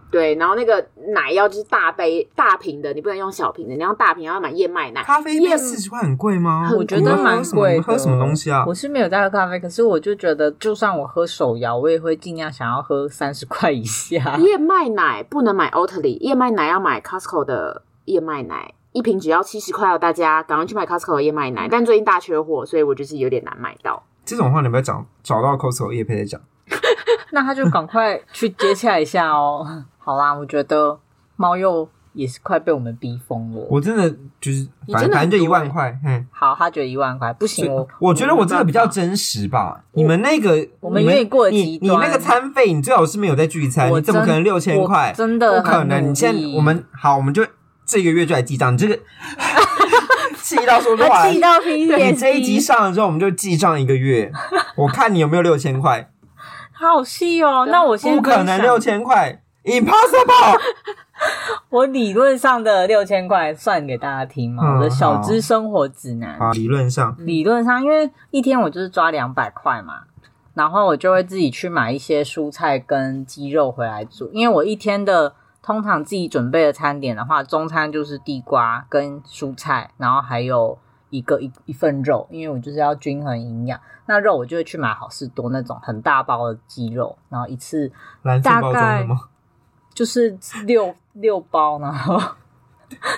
Speaker 3: 对，然后那个奶要就是大杯大瓶的，你不能用小瓶的，你要大瓶，要买燕麦奶。
Speaker 2: 咖啡一
Speaker 3: 燕
Speaker 2: 杯四十块很贵吗？
Speaker 1: 我觉
Speaker 2: 你
Speaker 1: 得
Speaker 2: 们喝
Speaker 1: 蛮
Speaker 2: 什么
Speaker 1: 贵的。
Speaker 2: 喝什么东西啊
Speaker 1: 我？是没有在喝咖啡，可是我就觉得，就算我喝手摇，我也会尽量想要喝三十块以下。
Speaker 3: 燕麦奶不能买 Oatly，燕麦奶要买 Costco 的燕麦奶，一瓶只要七十块哦，大家赶快去买 Costco 的燕麦奶。但最近大缺货，所以我就是有点难买到。
Speaker 2: 这种话你不要找找到 Costco 叶配在讲，
Speaker 1: 那他就赶快去接洽一下哦。 好啦，我觉得猫又也是快被我们逼疯了。
Speaker 2: 我真的就是
Speaker 3: 你
Speaker 2: 反
Speaker 3: 真的
Speaker 2: 反正就
Speaker 3: 很
Speaker 2: 一
Speaker 3: 多
Speaker 2: 万
Speaker 3: 欸
Speaker 2: 块，嘿。
Speaker 1: 好，他觉得一万块不行，我
Speaker 2: 我觉得我这个比较
Speaker 1: 没办法
Speaker 2: 真实吧。你们那个，
Speaker 1: 我们
Speaker 2: 你
Speaker 1: 有点过极
Speaker 2: 你你
Speaker 1: 端
Speaker 2: 那个餐费，你最好是没有在聚餐，
Speaker 1: 我
Speaker 2: 你怎么
Speaker 1: 真
Speaker 2: 可能六千块
Speaker 1: 我？真的
Speaker 2: 不可能！你现在我们好，我们就这个月就来记账。你 这个气到说话
Speaker 1: 他气
Speaker 2: 来，
Speaker 1: 到皮
Speaker 2: 你
Speaker 1: 脸，
Speaker 2: 这一集上了之后，我们就记账一 个月，我看你有没有六千块。
Speaker 1: 好细哦。那我先
Speaker 2: 不可
Speaker 1: 分
Speaker 2: 能
Speaker 1: 享
Speaker 2: 六千块，impossible！
Speaker 1: 我理论上的六千块算给大家听嘛，
Speaker 2: 嗯
Speaker 1: 我的小资生活指南。
Speaker 2: 啊，理论上
Speaker 1: 理论上，因为一天我就是抓两百块嘛，然后我就会自己去买一些蔬菜跟鸡肉回来煮，因为我一天的通常自己准备的餐点的话，中餐就是地瓜跟蔬菜，然后还有一个一一份肉，因为我就是要均衡营养。那肉我就会去买好事多那种很大包的鸡肉，然后一次
Speaker 2: 蓝色
Speaker 1: 大
Speaker 2: 包装的
Speaker 1: 概
Speaker 2: 吗？
Speaker 1: 就是六六包，然后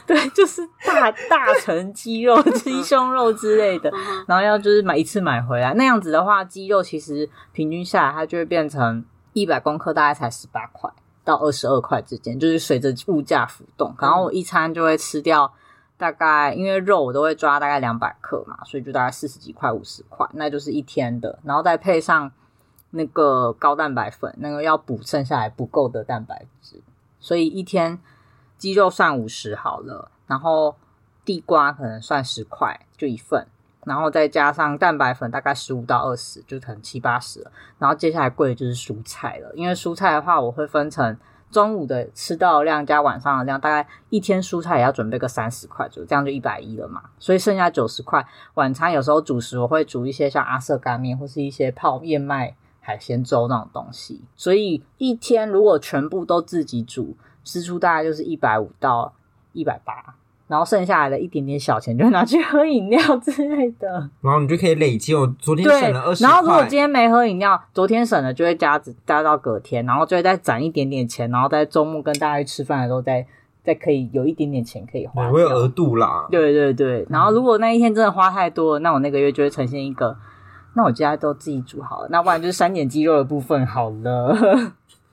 Speaker 1: 对，就是大大成鸡肉、鸡胸肉之类的，然后要就是买一次买回来，那样子的话，鸡肉其实平均下来，它就会变成一百公克大概才十八块到二十二块之间，就是随着物价浮动。然后我一餐就会吃掉大概，因为肉我都会抓大概两百克嘛，所以就大概四十几块、五十块，那就是一天的，然后再配上。那个高蛋白粉，那个要补剩下来不够的蛋白质，所以一天鸡肉算五十好了，然后地瓜可能算十块就一份，然后再加上蛋白粉大概十五到二十，就可能七八十了。然后接下来贵的就是蔬菜了，因为蔬菜的话，我会分成中午的吃到的量加晚上的量，大概一天蔬菜也要准备个三十块左右，这样就一百一了嘛。所以剩下九十块，晚餐有时候主食我会煮一些像阿瑟干面或是一些泡燕麦。海鲜粥那种东西，所以一天如果全部都自己煮，支出大概就是一百五到一百八，然后剩下来的一点点小钱就拿去喝饮料之类的。
Speaker 2: 然后你就可以累积。我昨天
Speaker 1: 对
Speaker 2: 省了二，十
Speaker 1: 然后如果
Speaker 2: 块，
Speaker 1: 今天没喝饮料，昨天省了就会加加到隔天，然后就会再攒一点点钱，然后在周末跟大家去吃饭的时候再再可以有一点点钱可以花掉。
Speaker 2: 对我有额度嗯啦。
Speaker 1: 对对对，然后如果那一天真的花太多了，那我那个月就会呈现一个，那我家都自己煮好了，那不然就是删减鸡肉的部分好了，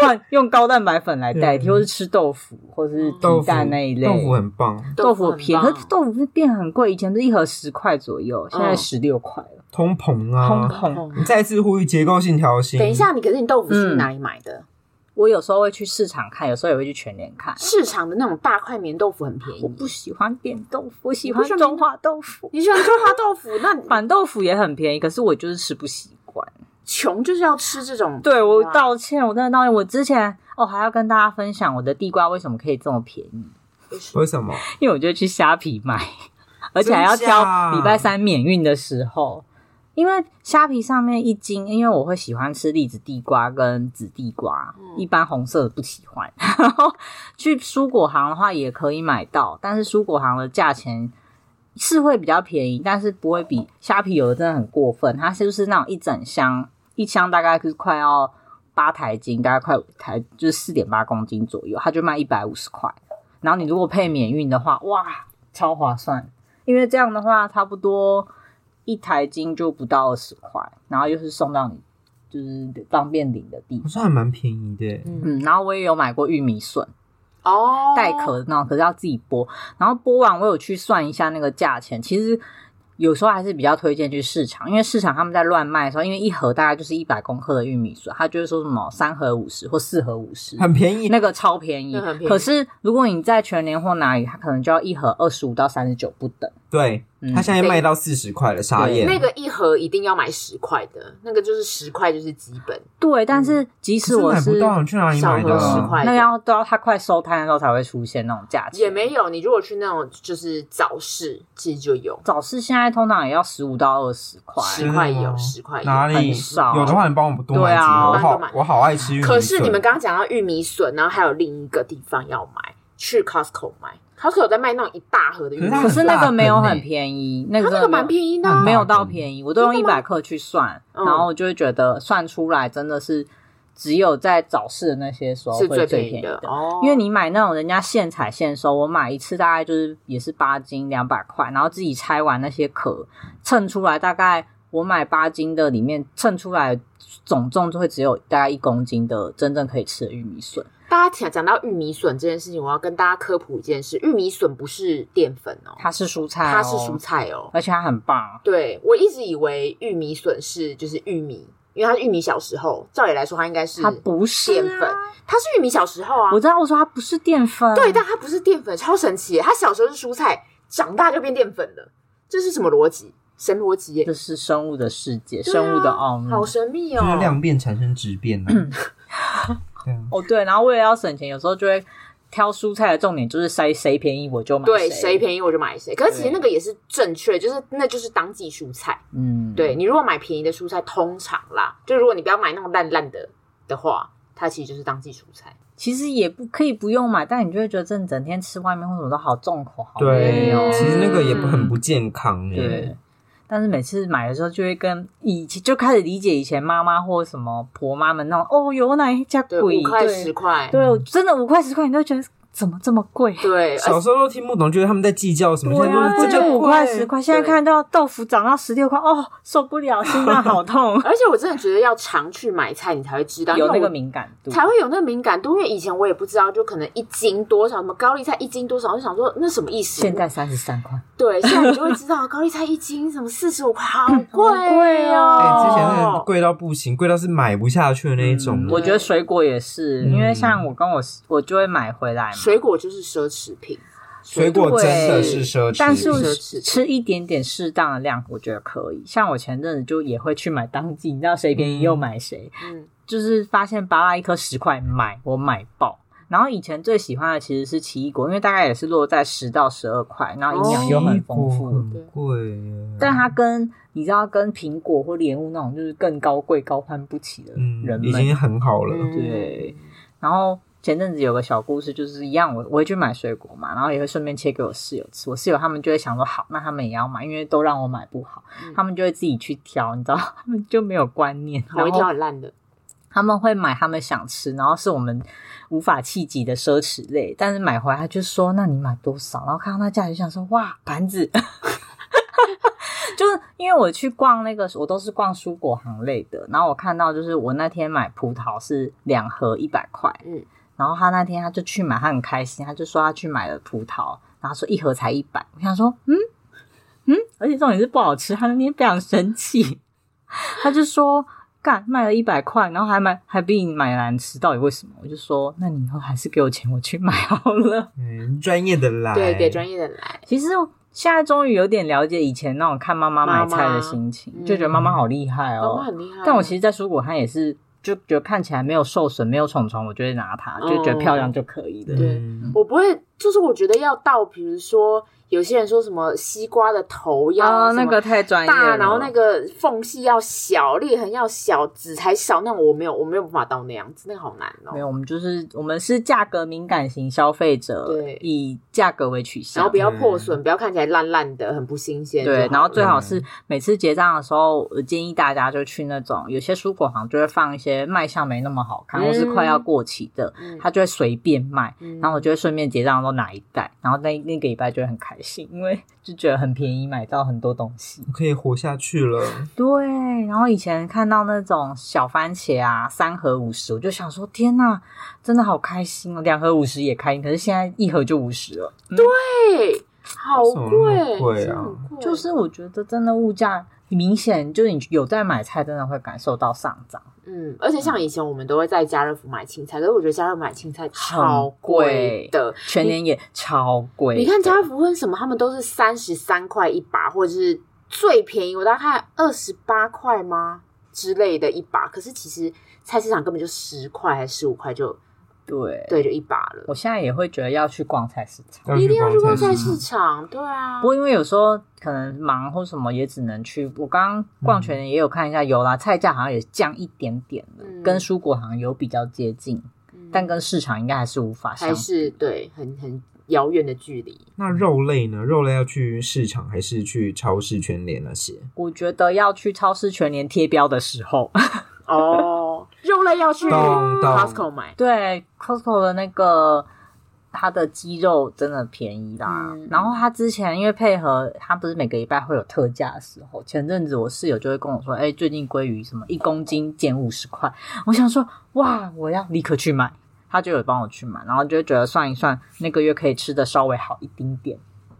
Speaker 1: 换用高蛋白粉来代替，
Speaker 2: 嗯
Speaker 1: 或是吃豆腐，或是
Speaker 2: 豆
Speaker 1: 鸡
Speaker 2: 腐
Speaker 1: 蛋那一类。
Speaker 2: 豆腐很棒，
Speaker 1: 豆腐
Speaker 3: 很
Speaker 1: 便宜，
Speaker 3: 棒
Speaker 1: 可是豆腐是变很贵，以前不是一盒十块左右，现在
Speaker 3: 嗯
Speaker 1: 十六块了，
Speaker 2: 通膨
Speaker 1: 通
Speaker 2: 啊！
Speaker 1: 膨。
Speaker 2: 你再次呼吁结构性调薪。
Speaker 3: 等一，下，你可是你豆腐是去
Speaker 1: 嗯
Speaker 3: 哪里买的？
Speaker 1: 我有时候会去市场看，有时候也会去全联看。
Speaker 3: 市场的那种大块棉豆腐很便宜。
Speaker 1: 我不喜欢扁豆腐，我喜
Speaker 3: 不
Speaker 1: 欢
Speaker 3: 是明
Speaker 1: 中华豆腐，
Speaker 3: 你喜欢中华豆腐，那 你
Speaker 1: 板豆腐也很便宜，可是我就是吃不习惯。
Speaker 3: 穷就是要吃这种。
Speaker 1: 对我
Speaker 3: 对啊
Speaker 1: 道歉，我真的道歉。我之前哦还要跟大家分享我的地瓜为什么可以这么便宜，
Speaker 2: 为什么？
Speaker 1: 因为我就去虾皮买，而且还要
Speaker 2: 真假
Speaker 1: 挑礼拜三免运的时候。因为虾皮上面一斤，因为我会喜欢吃栗子地瓜跟紫地瓜，
Speaker 2: 嗯
Speaker 1: 一般红色的不喜欢。 然后去蔬果行的话也可以买到，但是蔬果行的价钱是会比较便宜，但是不会比虾皮有的真的很过分，它是不是那种一整箱，一箱大概是快要八台斤，大概快五台就是四点八公斤左右，它就卖一百五十块。然后你如果配免运的话，哇，超划算，因为这样的话差不多一台斤就不到二十块，然后又是送到你就是方便领的地
Speaker 2: 好
Speaker 1: 方。
Speaker 2: 像还蛮便宜的。
Speaker 1: 嗯，然后我也有买过玉米笋，
Speaker 3: 哦，
Speaker 1: 带壳的那种，可是要自己剥。然后剥完，我有去算一下那个价钱，其实有时候还是比较推荐去市场，因为市场他们在乱卖的时候，因为一盒大概就是一百公克的玉米笋，他就会说什么三盒五十或四盒五十，
Speaker 2: 很便宜，
Speaker 1: 那个超便宜
Speaker 3: 那很便。宜
Speaker 1: 可是如果你在全联或哪里，它可能就要一盒二十五到三十九不等。
Speaker 2: 对，
Speaker 1: 嗯
Speaker 2: 它现在卖到四十块了，傻眼。
Speaker 3: 那个一盒一定要买十块的，那个就是十块就是基本。
Speaker 1: 对，但是即
Speaker 2: 嗯可
Speaker 1: 使我
Speaker 2: 买不
Speaker 1: 是
Speaker 2: 到，啊你去哪里买
Speaker 3: 小
Speaker 2: 的
Speaker 3: 盒10
Speaker 2: 啊？
Speaker 3: 块
Speaker 1: 那要都要它快收摊的时候才会出现那种价钱，
Speaker 3: 也没有，你如果去那种就是早市，其实就有
Speaker 1: 早市现在通常也要十五到二十块，
Speaker 3: 十块
Speaker 2: 真的
Speaker 3: 有
Speaker 2: 吗
Speaker 3: 十块
Speaker 2: 哪
Speaker 3: 有。
Speaker 2: 里
Speaker 1: 很少
Speaker 2: 有的话，你帮我多
Speaker 1: 对
Speaker 2: 买几
Speaker 1: 啊
Speaker 2: 盒，我
Speaker 3: 帮我
Speaker 2: 好
Speaker 3: 买
Speaker 2: 我好爱吃玉米
Speaker 3: 可是你们
Speaker 2: 笋
Speaker 3: 刚刚讲到玉米笋，然后还有另一个地方要买，去 Costco 买。Costco 有在卖那种一大盒的玉米
Speaker 2: 可
Speaker 1: 可
Speaker 3: 笋，
Speaker 1: 是那个没有
Speaker 2: 很大
Speaker 1: 很
Speaker 2: 根欸
Speaker 1: 便宜，那
Speaker 3: 它
Speaker 1: 个
Speaker 3: 那
Speaker 1: 真
Speaker 3: 个
Speaker 1: 的没有
Speaker 3: 蛮便宜的
Speaker 2: 那
Speaker 3: 啊，
Speaker 1: 没有到
Speaker 2: 真的
Speaker 1: 便宜，我都用一
Speaker 3: 真的吗
Speaker 1: 百克去算，
Speaker 3: 嗯
Speaker 1: 然后我就会觉得算出来真的是只有在早市的那些时候
Speaker 3: 是
Speaker 1: 会
Speaker 3: 最
Speaker 1: 最
Speaker 3: 便
Speaker 1: 便宜
Speaker 3: 宜的
Speaker 1: 的。
Speaker 3: 哦。
Speaker 1: 因为你买那种人家现采现收，我买一次大概就是也是八斤两百块，然后自己拆完那些壳，称出来大概我买八斤的里面称出来总重就会只有大概一公斤的真正可以吃的玉米笋。
Speaker 3: 大家讲讲到玉米笋这件事情，我要跟大家科普一件事：玉米笋不是淀粉哦，
Speaker 1: 它是蔬菜、哦，
Speaker 3: 它是蔬，菜哦。
Speaker 1: 而且它很棒。
Speaker 3: 对我一直以为玉米笋是就是玉米，因为它是玉米小时候，照理来说它应该是
Speaker 1: 它不是
Speaker 3: 淀
Speaker 1: 啊
Speaker 3: 粉，它是玉米小时候啊
Speaker 1: 我。知道，我说它不是淀粉，
Speaker 3: 对，但它不是淀粉，超神奇耶！它小时候是蔬菜，长大就变淀粉了，这是什么逻辑？神逻辑耶
Speaker 1: 这！是生物的世界，
Speaker 3: 对啊
Speaker 1: 啊生物的嗯奥秘。
Speaker 3: 好神秘哦
Speaker 2: 就。是 量变产生质变啊。对啊，
Speaker 1: 哦，对，然后为了要省钱，有时候就会挑蔬菜的重点就是谁谁便宜我就买
Speaker 3: 对，谁
Speaker 1: 谁。
Speaker 3: 便宜我就买谁。可是其实那个也是正确，就是那就是当季蔬菜。
Speaker 1: 嗯，
Speaker 3: 对你如果买便宜的蔬菜，通常啦，就如果你不要买那种烂烂的的话，它其实就是当季蔬菜。
Speaker 1: 其实也不可以不用买，但你就会觉得这整天吃外面或什么都好重口，好累
Speaker 2: 对啊
Speaker 1: 哦。，
Speaker 2: 其实那个也不很不健康欸耶。
Speaker 1: 对，但是每次买的时候就会跟以前就开始理解以前妈妈或什么婆妈们那种哦，有哪一家
Speaker 3: 对，
Speaker 1: 贵？
Speaker 3: 五块
Speaker 1: 对
Speaker 3: 十块，
Speaker 1: 对，我真的五块十块，你都觉得怎么这么贵？
Speaker 3: 对，而
Speaker 2: 小时候都听不懂，觉得他们在计较什么，现在
Speaker 1: 啊，
Speaker 2: 都
Speaker 1: 不
Speaker 2: 是这
Speaker 1: 就
Speaker 2: 个
Speaker 1: 五块十块，现在
Speaker 3: 对
Speaker 1: 看到豆腐涨到十六块，哦，受不了，心脏
Speaker 3: ，
Speaker 1: 好痛
Speaker 3: 而且我真的觉得要常去买菜，你才会知道，
Speaker 1: 有
Speaker 3: 因为
Speaker 1: 那
Speaker 3: 我
Speaker 1: 个敏感度。
Speaker 3: 才会有那个敏感度。因为以前我也不知道，就可能一斤多少，什么高丽菜一斤多少，我就想说那什么意思？
Speaker 1: 现在三十三块，
Speaker 3: 对，现在你就会知道 高丽菜一斤什么四十五块，好贵
Speaker 1: 贵哦
Speaker 2: 哎、之前那个贵到不行，贵到是买不下去的那一种。
Speaker 1: 嗯我觉得水果也是，
Speaker 2: 嗯
Speaker 1: 因为像我跟我我就会买回来嘛，
Speaker 3: 水果就是奢侈品，
Speaker 2: 水果真的是奢侈，
Speaker 1: 但是
Speaker 3: 是
Speaker 1: 我
Speaker 3: 奢侈
Speaker 1: 吃一点点适当的量，我觉得可以。像我前阵子就也会去买当季，你知道谁便宜又买谁，
Speaker 3: 嗯，
Speaker 1: 就是发现芭拉一颗十块买，我买爆。然后以前最喜欢的其实是奇异果，因为大概也是落在十到十二块，然后营养又很丰富。
Speaker 2: 奇异果很贵耶，
Speaker 1: 但它跟你知道跟苹果或莲雾那种就是更高贵、高攀不起的人
Speaker 2: 嗯
Speaker 1: 们，
Speaker 2: 已经很好了。
Speaker 3: 嗯
Speaker 1: 对，然后前阵子有个小故事，就是一样，我我会去买水果嘛，然后也会顺便切给我室友吃。我室友他们就会想说，好，那他们也要买，因为都让我买不好，
Speaker 3: 嗯
Speaker 1: 他们就会自己去挑，你知道， 他们就没有观念，
Speaker 3: 好
Speaker 1: 然
Speaker 3: 一挑
Speaker 1: 后
Speaker 3: 很烂的，
Speaker 1: 他们会买他们想吃，然后是我们无法企及的奢侈类，但是买回来他就说，那你买多少？然后看到那价钱，想说，哇，盘子。 就是因为我去逛那个，我都是逛蔬果行类的。然后我看到，就是我那天买葡萄是两盒一百块，
Speaker 3: 嗯，
Speaker 1: 然后他那天他就去买，他很开心，他就说他去买了葡萄，然后说一盒才一百。我想说，嗯嗯，而且重点是不好吃，他那天非常生气，他就说干卖了一百块，然后还买还比你买难吃，到底为什么？我就说那你以后还是给我钱，我去买好了。
Speaker 2: 嗯，专业的来，
Speaker 3: 对，给专业的人来，
Speaker 1: 其实现在终于有点了解以前那种看妈妈买菜
Speaker 3: 妈妈
Speaker 1: 的心情，
Speaker 3: 嗯
Speaker 1: 就觉得妈妈好厉害
Speaker 3: 妈
Speaker 1: 哦。
Speaker 3: 妈很厉害。
Speaker 1: 但我其实，在蔬果摊也是。就觉得看起来没有受损、没有虫虫，我就会拿它，就觉得漂亮就可以了。
Speaker 3: 哦对
Speaker 2: 嗯
Speaker 3: 我不会，就是我觉得要到，比如说有些人说什么西瓜的头要
Speaker 1: 啊，
Speaker 3: 什么
Speaker 1: 那个太专业
Speaker 3: 大，
Speaker 1: 了，
Speaker 3: 然后那个缝隙要小，裂痕要小，籽才少。那种我没有，我没有办法到那样子，那个好难哦
Speaker 1: 没。有，我们就是我们是价格敏感型消费者，
Speaker 3: 对
Speaker 1: 以价格为取向，
Speaker 3: 然后不要
Speaker 2: 嗯
Speaker 3: 破损，不要看起来烂烂的，很不新鲜就好了。
Speaker 1: 对，然后最好是每次结账的时候，我建议大家就去那种有些蔬果行就会放一些卖相没那么好看，
Speaker 3: 嗯
Speaker 1: 或是快要过期的，
Speaker 3: 嗯
Speaker 1: 他就会随便卖。
Speaker 3: 嗯
Speaker 1: 然后我就会顺便结账，都拿一袋，然后那那个礼拜就会很开心，因为就觉得很便宜，买到很多东西。
Speaker 2: 可以活下去了。
Speaker 1: 对，然后以前看到那种小番茄啊，三盒五十，我就想说，天呐，真的好开心哦！两盒五十也开心，可是现在一盒就五十了。
Speaker 3: 对，好
Speaker 2: 为什么那
Speaker 3: 贵，
Speaker 2: 么贵啊
Speaker 3: 真的很贵
Speaker 1: 就是我觉得真的物价明显，就是你有在买菜，真的会感受到上涨，
Speaker 3: 嗯，而且像以前我们都会在家乐福买青菜，可是我觉得家乐福买青菜超贵的。
Speaker 1: 全年也超贵。
Speaker 3: 你看家乐福跟什么，他们都是三十三块一把，或者是最便宜我大概二十八块吗之类的一把，可是其实菜市场根本就十块还是十五块就
Speaker 1: 对，
Speaker 3: 对就一把了。
Speaker 1: 我现在也会觉得要去逛菜市场。
Speaker 3: 一定要去逛
Speaker 2: 逛
Speaker 3: 菜
Speaker 2: 菜
Speaker 3: 市
Speaker 2: 市
Speaker 3: 场，对啊
Speaker 1: 不。过因为有时候可能忙或什么，也只能去。我刚刚逛全年也有看一下，有啦，菜价好像也降一点点了，
Speaker 3: 嗯
Speaker 1: 跟蔬果行有比较接近。
Speaker 3: 嗯
Speaker 1: 但跟市场应该还是无法相
Speaker 3: 还是对很很遥远的距离。
Speaker 2: 那肉类呢？肉类要去市场还是去超市、全联那些？
Speaker 1: 我觉得要去超市全年贴标的时候，
Speaker 3: 哦，肉类要去
Speaker 2: 懂懂
Speaker 3: Costco 买，
Speaker 1: 对 Costco 的那个它的鸡肉真的便宜啦。
Speaker 3: 嗯
Speaker 1: 然后它之前因为配合它不是每个礼拜会有特价的时候，前阵子我室友就会跟我说，哎、最近鲑鱼什么一公斤减五十块，我想说哇，我要立刻去买。他就有帮我去买，然后就会觉得算一算，那个月可以吃的稍微好一丁点，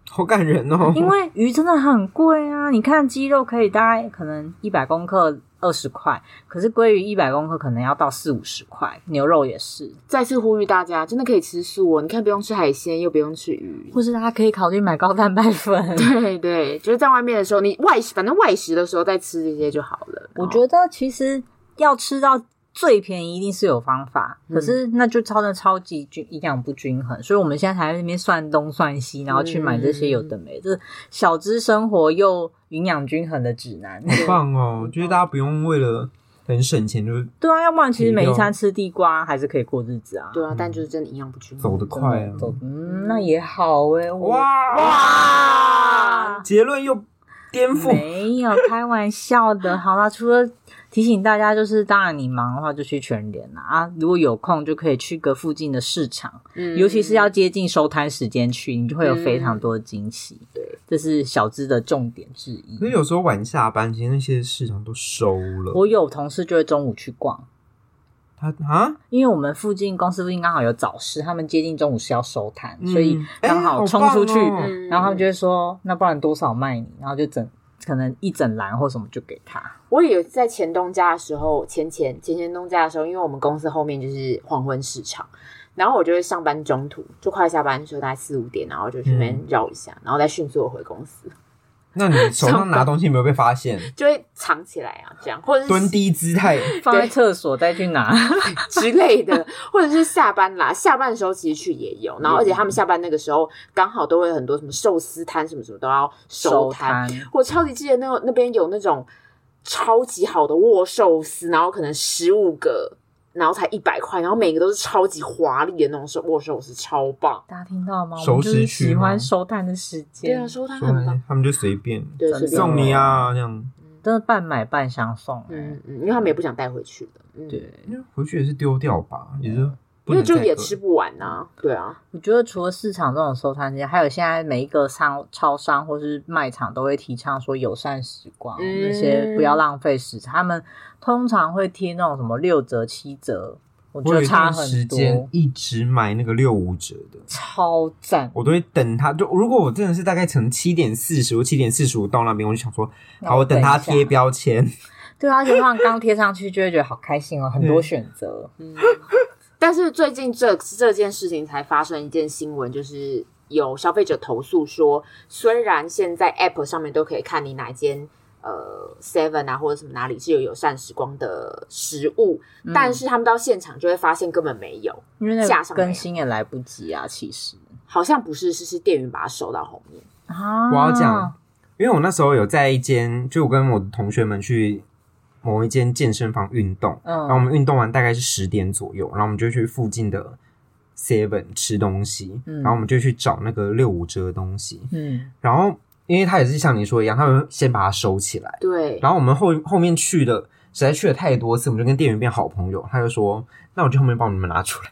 Speaker 2: 好感人哦！
Speaker 1: 因为鱼真的很贵啊！你看鸡肉可以大概可能一百公克二十块，可是鲑鱼一百公克可能要到四五十块，牛肉也是，
Speaker 3: 再次呼吁大家，真的可以吃素哦！你看，不用吃海鲜，又不用吃鱼。
Speaker 1: 或是大家可以考虑买高蛋白粉。
Speaker 3: 对对，就是在外面的时候，你外食，反正外食的时候再吃这些就好了。
Speaker 1: 我觉得其实要吃到最便宜一定是有方法，
Speaker 3: 嗯
Speaker 1: 可是那就超的超级均营养不均衡，所以我们现在才在那边算东算西，
Speaker 3: 嗯
Speaker 1: 然后去买这些有的没，这小资生活又营养均衡的指南。
Speaker 2: 好棒哦！就是大家不用为了很省钱就
Speaker 1: 对啊，要不然其实每一餐吃地瓜还是可以过日子啊。
Speaker 3: 对啊，但就是真的营养不均衡。
Speaker 2: 嗯走得快啊！
Speaker 1: 走，嗯，那也好哎、我
Speaker 2: 哇
Speaker 1: 哇，
Speaker 2: 结论又颠 覆，
Speaker 1: 没有开玩笑的。好啦，除了提醒大家，就是当然你忙的话就去全联啦啊，如果有空就可以去个附近的市场，
Speaker 3: 嗯
Speaker 1: 尤其是要接近收摊时间去，你就会有非常多的惊喜。
Speaker 3: 嗯对，
Speaker 1: 这是小资的重点之一
Speaker 2: 可。是有时候晚下班，其实那些市场都收了。
Speaker 1: 我有同事就会中午去逛，
Speaker 2: 他啊，
Speaker 1: 因为我们附近公司附近刚好有早市，他们接近中午是要收摊，
Speaker 2: 嗯
Speaker 1: 所以刚好冲出去，
Speaker 2: 哎好棒哦
Speaker 3: 嗯
Speaker 1: 然后他们就会说，那不然多少卖你，然后就整可能一整篮或什么就给他。
Speaker 3: 我也有在前东家的时候，前前前前东家的时候，因为我们公司后面就是黄昏市场，然后我就会上班中途就快下班的时候，大概四五点，然后就去那
Speaker 2: 嗯
Speaker 3: 边绕一下，然后再迅速的回公司，
Speaker 2: 那你手上拿东西有没有被发现？
Speaker 3: 就会藏起来啊，这样或者
Speaker 2: 蹲
Speaker 3: 是
Speaker 2: 低姿态，
Speaker 1: 放在厕所再去拿。
Speaker 3: 之类的，或者是下班啦，下班的时候其实去也有，然后而且他们下班那个时候刚好都会有很多什么寿司摊什么什么都要收摊，我超级记得那个那边有那种超级好的握寿司，然后可能十五个，然后才一百块，然后每个都是超级华丽的那种寿握寿司，超棒。
Speaker 1: 大家听到吗？
Speaker 2: 熟
Speaker 1: 我们就是
Speaker 2: 食区
Speaker 1: 喜欢
Speaker 2: 吗
Speaker 1: 收摊的时
Speaker 3: 对
Speaker 1: 间
Speaker 3: 啊，，收摊
Speaker 2: 说
Speaker 3: 很棒，
Speaker 2: 他们就随便
Speaker 3: 对，
Speaker 1: 真的
Speaker 3: 随便
Speaker 2: 送你啊，这样。
Speaker 1: 真的半买半相送。欸
Speaker 3: 嗯嗯，因为他们也不想带回去的，嗯，，
Speaker 1: 对，
Speaker 2: 因为回去也是丢掉吧，也是不
Speaker 3: 因为
Speaker 2: 能再
Speaker 3: 就也
Speaker 2: 饿
Speaker 3: 吃不完呐、对啊，
Speaker 1: 我觉得除了市场这种收摊之间，还有现在每一个商超商或是卖场都会提倡说友善时光，
Speaker 3: 嗯
Speaker 1: 那些不要浪费食材。他们通常会贴那种什么六折、七折，我觉
Speaker 2: 我有
Speaker 1: 得
Speaker 2: 一
Speaker 1: 差
Speaker 2: 段时
Speaker 1: 很
Speaker 2: 间
Speaker 1: 多，
Speaker 2: 一直买那个六五折的，
Speaker 1: 超赞。
Speaker 2: 我都会等它。就如果我真的是大概从七点四十或七点四十五到那边，我就想说，
Speaker 1: 那
Speaker 2: 好，我等它
Speaker 1: 一下
Speaker 2: 贴。 标签。
Speaker 1: 对啊，而且它刚贴上去就会觉得好开心哦，很多
Speaker 2: 对
Speaker 1: 选择。
Speaker 3: 嗯。但是最近这这件事情才发生一件新闻，就是有消费者投诉说，虽然现在 App 上面都可以看你哪间呃 Seven 啊或者什么哪里是有友善时光的食物，
Speaker 1: 嗯
Speaker 3: 但是他们到现场就会发现根本没有，
Speaker 1: 因为那
Speaker 3: 架上没
Speaker 1: 个
Speaker 3: 有
Speaker 1: 更新也来不及啊，其实
Speaker 3: 好像不是是是店员把它收到后面。
Speaker 1: 啊，
Speaker 2: 我要讲，因为我那时候有在一间，就我跟我的同学们去某一间健身房运动，
Speaker 1: 嗯
Speaker 2: 然后我们运动完大概是十点左右，然后我们就去附近的 Seven 吃东西，
Speaker 1: 嗯
Speaker 2: 然后我们就去找那个六五折的东西，
Speaker 1: 嗯，
Speaker 2: 然后因为它也是像你说一样，他们先把它收起来。
Speaker 3: 对，
Speaker 2: 然后我们后后面去的实在去了太多次，我们就跟店员变好朋友。他就说：“那我就后面帮你们拿出 来。”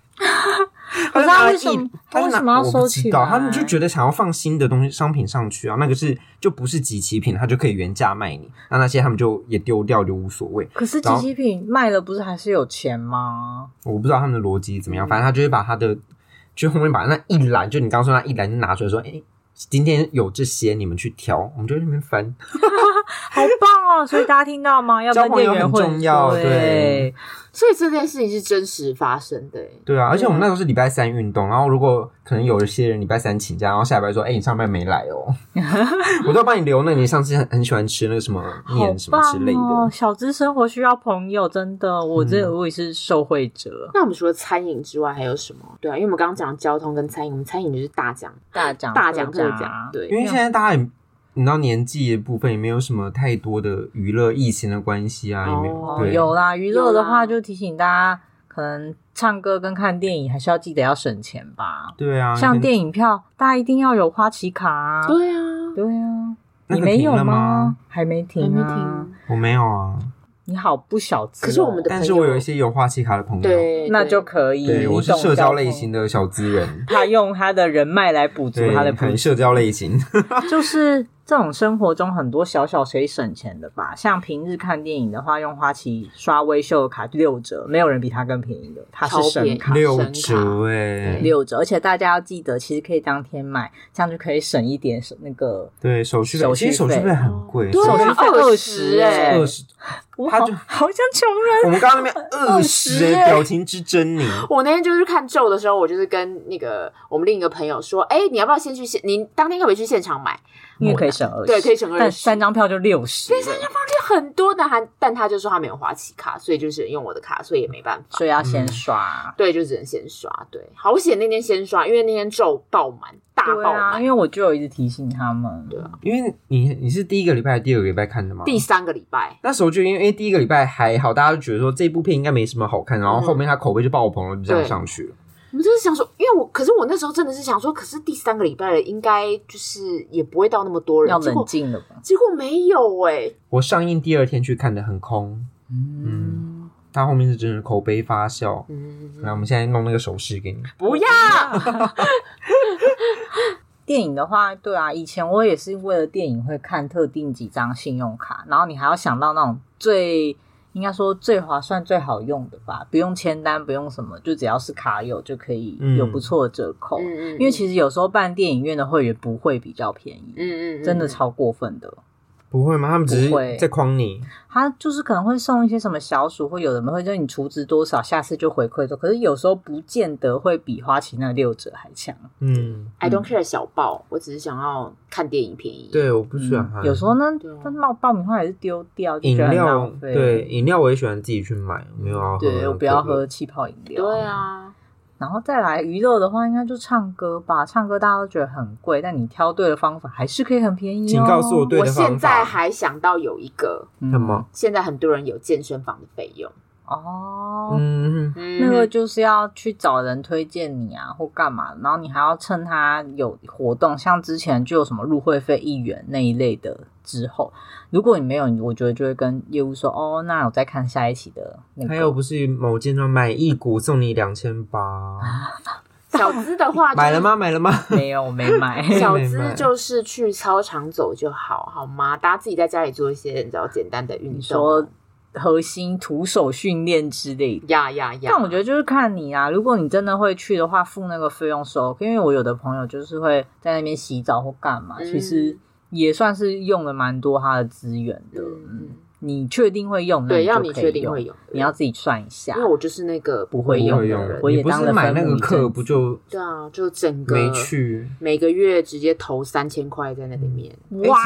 Speaker 1: 可是他为什
Speaker 2: 就拿
Speaker 1: 么
Speaker 2: 一
Speaker 1: 他为
Speaker 2: 就拿
Speaker 1: 什么要
Speaker 2: 我不
Speaker 1: 收
Speaker 2: 知
Speaker 1: 起
Speaker 2: 道
Speaker 1: 来
Speaker 2: 他们就觉得想要放新的东西商品上去啊，那个是就不是集齐品，他就可以原价卖你。那那些他们就也丢掉就无所谓。
Speaker 1: 可是
Speaker 2: 然
Speaker 1: 集
Speaker 2: 后
Speaker 1: 齐品卖了不是还是有钱吗？
Speaker 2: 我不知道他们的逻辑怎
Speaker 1: 嗯
Speaker 2: 么样，反正他就会把他的就后面把那一栏，就你刚刚说那一栏就拿出来说：“哎，今天有这些，你们去挑。”我们就在那边翻。
Speaker 1: 好棒哦！所以大家听到 吗？要
Speaker 2: 交
Speaker 1: 跟
Speaker 2: 朋
Speaker 1: 店
Speaker 2: 友
Speaker 1: 员
Speaker 2: 很
Speaker 1: 混
Speaker 2: 重要
Speaker 1: 对，
Speaker 2: 对
Speaker 3: 所以这件事情是真实发生的、欸。
Speaker 2: 对啊，而且我们那时候是礼拜三运动，然后如果可能有一些人礼拜三请假，然后下礼拜说：“哎、你上班没来 哦。”我都要帮你留那个你上次很很喜欢吃那个什么
Speaker 1: 好
Speaker 2: 面什么之类
Speaker 1: 棒
Speaker 2: 的。
Speaker 1: 哦！小资生活需要朋友，真的，我这我也是受惠者。
Speaker 3: 那我们除了餐饮之外还有什么？对啊，因为我们刚刚讲交通跟餐饮，我们餐饮就是大讲
Speaker 1: 大奖
Speaker 3: 大讲
Speaker 1: 特
Speaker 3: 特
Speaker 1: 奖
Speaker 3: 讲，，对，
Speaker 2: 因为现在大家也你知道年纪的部分也没有什么太多的娱乐，疫情的关系啊，也没有、
Speaker 3: 哦
Speaker 1: 哦，
Speaker 2: 对
Speaker 1: 有啦。娱乐的
Speaker 3: 有
Speaker 1: 话，
Speaker 3: 啦
Speaker 1: 就提醒大家，可能唱歌跟看电影还是要记得要省钱吧。
Speaker 2: 对啊，
Speaker 1: 像
Speaker 2: 影
Speaker 1: 电影票，大家一定要有花旗卡啊。
Speaker 3: 对啊，
Speaker 1: 对啊，
Speaker 2: 那
Speaker 1: 你
Speaker 2: 个
Speaker 1: 没
Speaker 2: 停
Speaker 1: 有
Speaker 2: 了吗？
Speaker 1: 还没停、
Speaker 3: 还
Speaker 1: 啊，
Speaker 3: 没听。
Speaker 2: 我没有啊，
Speaker 1: 你好不小资哦、
Speaker 3: 可是我们的
Speaker 2: 但是我有一些有花旗卡的朋友，
Speaker 3: 对，
Speaker 1: 那
Speaker 3: 对
Speaker 1: 就可以，
Speaker 2: 对，我是
Speaker 1: 你懂
Speaker 2: 社交类型
Speaker 1: 的。
Speaker 2: 的小资 人，
Speaker 1: 他用他的人脉来补足
Speaker 2: 对
Speaker 1: 他的，不
Speaker 2: 很社交类型。
Speaker 1: 就是这种生活中很多小小可以省钱的吧。像平日看电影的话，用花旗刷微秀卡六折，没有人比他更便宜的，他是神卡
Speaker 3: 超便宜
Speaker 2: 六
Speaker 3: 神卡
Speaker 2: 折哎、
Speaker 1: 六折。而且大家要记得，其实可以当天买，这样就可以省一点那个。
Speaker 2: 对，手续费
Speaker 1: 手续
Speaker 2: 其实手续
Speaker 1: 费
Speaker 2: 费很贵，
Speaker 3: 对
Speaker 1: 手续
Speaker 3: 啊，
Speaker 1: 费
Speaker 3: 二
Speaker 1: 20
Speaker 3: 十哎
Speaker 2: 二，十，欸
Speaker 1: 我
Speaker 2: 他
Speaker 1: 好
Speaker 2: 就
Speaker 1: 好像穷人，
Speaker 2: 我们刚刚那边 二十
Speaker 3: 20欸
Speaker 2: 哎，表情之狰狞。
Speaker 3: 我那天就是看咒的时候，我就是跟那个我们另一个朋友说，哎、你要不要先去现？你当天可不可以去现场买？
Speaker 1: 因为可以省二十，
Speaker 3: 对可以省20
Speaker 1: 但三张票就六十，
Speaker 3: 三张票就很多的，还但他就说他没有花旗卡，所以就只能用我的卡，所以也没办法。
Speaker 1: 所以要先
Speaker 3: 嗯
Speaker 1: 刷。
Speaker 3: 对，就只能先刷。对，好险那天先刷，因为那天咒爆满，大
Speaker 1: 对
Speaker 3: 爆
Speaker 1: 啊，
Speaker 3: 满。啊
Speaker 1: 因为我就有一直提醒他们，对
Speaker 2: 因为你你是第一个礼拜、还是第二个礼拜看的吗？
Speaker 3: 第三个礼拜，
Speaker 2: 那时候就因为因为第一个礼拜还好，大家就觉得说这部片应该没什么好看，然后后面它口碑就爆棚了，就这样上去了。
Speaker 3: 我们就是想说，因为我，可是我那时候真的是想说，可是第三个礼拜了，应该就是也不会到那么多人，
Speaker 1: 要
Speaker 3: 结
Speaker 1: 冷
Speaker 3: 果
Speaker 1: 静了吧？
Speaker 3: 结果没有哎、
Speaker 2: 我上映第二天去看的很空，
Speaker 1: 嗯，
Speaker 2: 它后面是真的口碑发酵。
Speaker 3: 嗯，
Speaker 2: 那我们现在弄那个手势给你，
Speaker 3: 不要，
Speaker 1: 电影的话，对啊，以前我也是为了电影会看特定几张信用卡，然后你还要想到那种最应该说最划算、最好用的吧，不用签单，不用什么，就只要是卡友就可以有不错的折扣。
Speaker 3: 嗯
Speaker 1: 因为其实有时候办电影院的会员不会比较便宜，
Speaker 3: 嗯嗯
Speaker 1: 真的超过分的。
Speaker 2: 不会吗？他们只
Speaker 1: 不会
Speaker 2: 是在框你，
Speaker 1: 他就是可能会送一些什么小鼠，或有的人会叫你储值多少，下次就回馈多。可是有时候不见得会比花旗那六折还强。
Speaker 2: 嗯，
Speaker 3: I don't care 小报，我只是想要看电影便宜。，
Speaker 2: 对，我不喜欢它。
Speaker 1: 嗯有时候呢
Speaker 3: 对啊，
Speaker 1: 那冒爆米花也是丢掉，就
Speaker 2: 饮
Speaker 1: 觉得很
Speaker 2: 料
Speaker 1: 浪，费。
Speaker 2: 对，饮料我也喜欢自己去买，没有要喝。
Speaker 1: 对，我不要喝。气泡饮料。
Speaker 3: 对，啊，
Speaker 1: 然后再来娱乐的话，应该就唱歌吧。唱歌大家都觉得很贵，但你挑对了方法，还是可以很便宜、哦。
Speaker 2: 请告诉我对
Speaker 3: 我
Speaker 2: 的
Speaker 3: 现
Speaker 2: 方
Speaker 3: 在
Speaker 2: 法。
Speaker 3: 还想到有一个，
Speaker 1: 嗯
Speaker 2: 什么？？
Speaker 3: 现在很多人有健身房的费用，
Speaker 1: 哦。
Speaker 2: 嗯，
Speaker 3: 嗯
Speaker 1: 那个就是要去找人推荐你啊，或干嘛，然后你还要趁他有活动，像之前就有什么入会费一元那一类的。之后，如果你没有，我觉得就会跟业务说，哦，那我再看下一期的那个。
Speaker 2: 还有不是某间庄买一股送你两千八，
Speaker 1: 啊
Speaker 3: 小资的话、
Speaker 2: 买了？吗？买了吗？
Speaker 1: 没有，我没买。
Speaker 3: 小
Speaker 2: 没
Speaker 3: 资
Speaker 2: 买
Speaker 3: 就是去操场走就好，好吗？大家自己在家里做一些你知道简单的运动
Speaker 1: 你
Speaker 3: 啊
Speaker 1: 说，核心徒手训练之类的。
Speaker 3: 呀呀呀！
Speaker 1: 但我觉得就是看你啊，如果你真的会去的话，付那个费用收。因为我有的朋友就是会在那边洗澡或干嘛，
Speaker 3: 嗯
Speaker 1: 其实也算是用了蛮多他的资源的。嗯，
Speaker 3: 嗯，
Speaker 1: 你确定会用，那
Speaker 3: 对，要
Speaker 1: 你
Speaker 3: 你
Speaker 1: 就可以
Speaker 3: 确定
Speaker 1: 用
Speaker 3: 会，有，
Speaker 1: 你要自己算一下
Speaker 3: 因为。我就是那个不
Speaker 1: 会用
Speaker 2: 不
Speaker 1: 的
Speaker 2: 会
Speaker 1: 人
Speaker 2: 用，
Speaker 1: 我也
Speaker 2: 你不
Speaker 1: 当
Speaker 2: 是
Speaker 1: 了
Speaker 2: 买那
Speaker 1: 分母
Speaker 2: 个
Speaker 1: 一
Speaker 2: 课
Speaker 1: 阵
Speaker 2: 不就
Speaker 3: 对啊，就整个
Speaker 2: 没去？
Speaker 3: 每个月直接投三千块在那里面，
Speaker 2: 嗯
Speaker 1: 哇，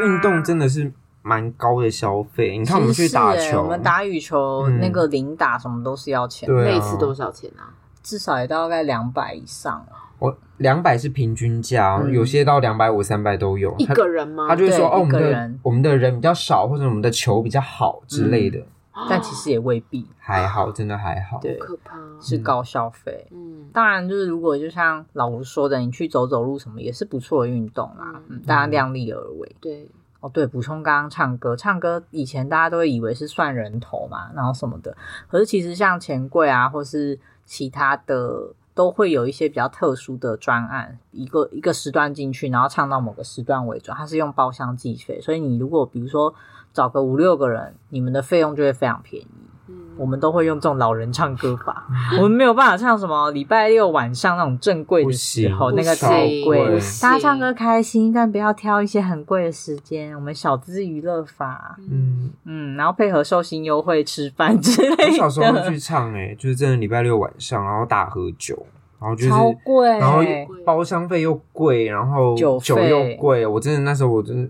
Speaker 2: 哎运动真的是蛮高的消费。你
Speaker 1: 你
Speaker 2: 看我们去打球，
Speaker 1: 我们打羽球、
Speaker 2: 嗯
Speaker 1: 那个零打什么都是要钱，
Speaker 2: 对啊
Speaker 3: 那一次多少钱啊？
Speaker 1: 至少也大概两百以上。
Speaker 2: 我两百是平均价，
Speaker 1: 嗯
Speaker 2: 有些到两百五、三百都有。
Speaker 3: 一
Speaker 2: 哦他
Speaker 3: 个人吗？
Speaker 2: 他就会说
Speaker 1: 对
Speaker 2: 哦，我
Speaker 1: 一
Speaker 2: 们
Speaker 1: 个
Speaker 2: 的
Speaker 1: 人嗯
Speaker 2: 我们的人比较少，或者我们的球比较好之类的，
Speaker 3: 哦
Speaker 1: 但其实也未必
Speaker 2: 还好，真的还好。
Speaker 1: 对
Speaker 3: 可怕，啊
Speaker 2: 嗯
Speaker 1: 是高消费。
Speaker 3: 嗯，
Speaker 1: 当然，就是如果就像老吴说的，你去走走路什么也是不错的运动啦，
Speaker 3: 嗯
Speaker 1: 嗯，大家量力而为。
Speaker 3: 对，
Speaker 1: 哦，对，补充刚刚唱歌，唱歌以前大家都会以为是算人头嘛，然后什么的，可是其实像钱柜啊，或是其他的。都会有一些比较特殊的专案，一个一个时段进去，然后唱到某个时段为准，它是用包厢计费，所以你如果比如说找个五六个人，你们的费用就会非常便宜。
Speaker 3: 嗯
Speaker 1: 我们都会用这种老人唱歌法，我们没有办法唱什么礼拜六晚上那种正规的时候，
Speaker 2: 不
Speaker 1: 那
Speaker 2: 行
Speaker 1: 个
Speaker 3: 不
Speaker 1: 超
Speaker 3: 行
Speaker 1: 贵
Speaker 2: 不。
Speaker 3: 行
Speaker 1: 大家唱歌开心，但不要挑一些很贵的时间。我们小资娱乐法，
Speaker 2: 嗯，
Speaker 1: 嗯，然后配合寿星优惠吃饭之类的，
Speaker 2: 我小时候会去唱、欸，哎，就是真的礼拜六晚上，然后大喝酒，然后就是
Speaker 1: 超贵，
Speaker 2: 然后包厢费又贵，然后
Speaker 1: 酒
Speaker 2: 酒
Speaker 1: 费
Speaker 2: 又贵，我真的那时候我真的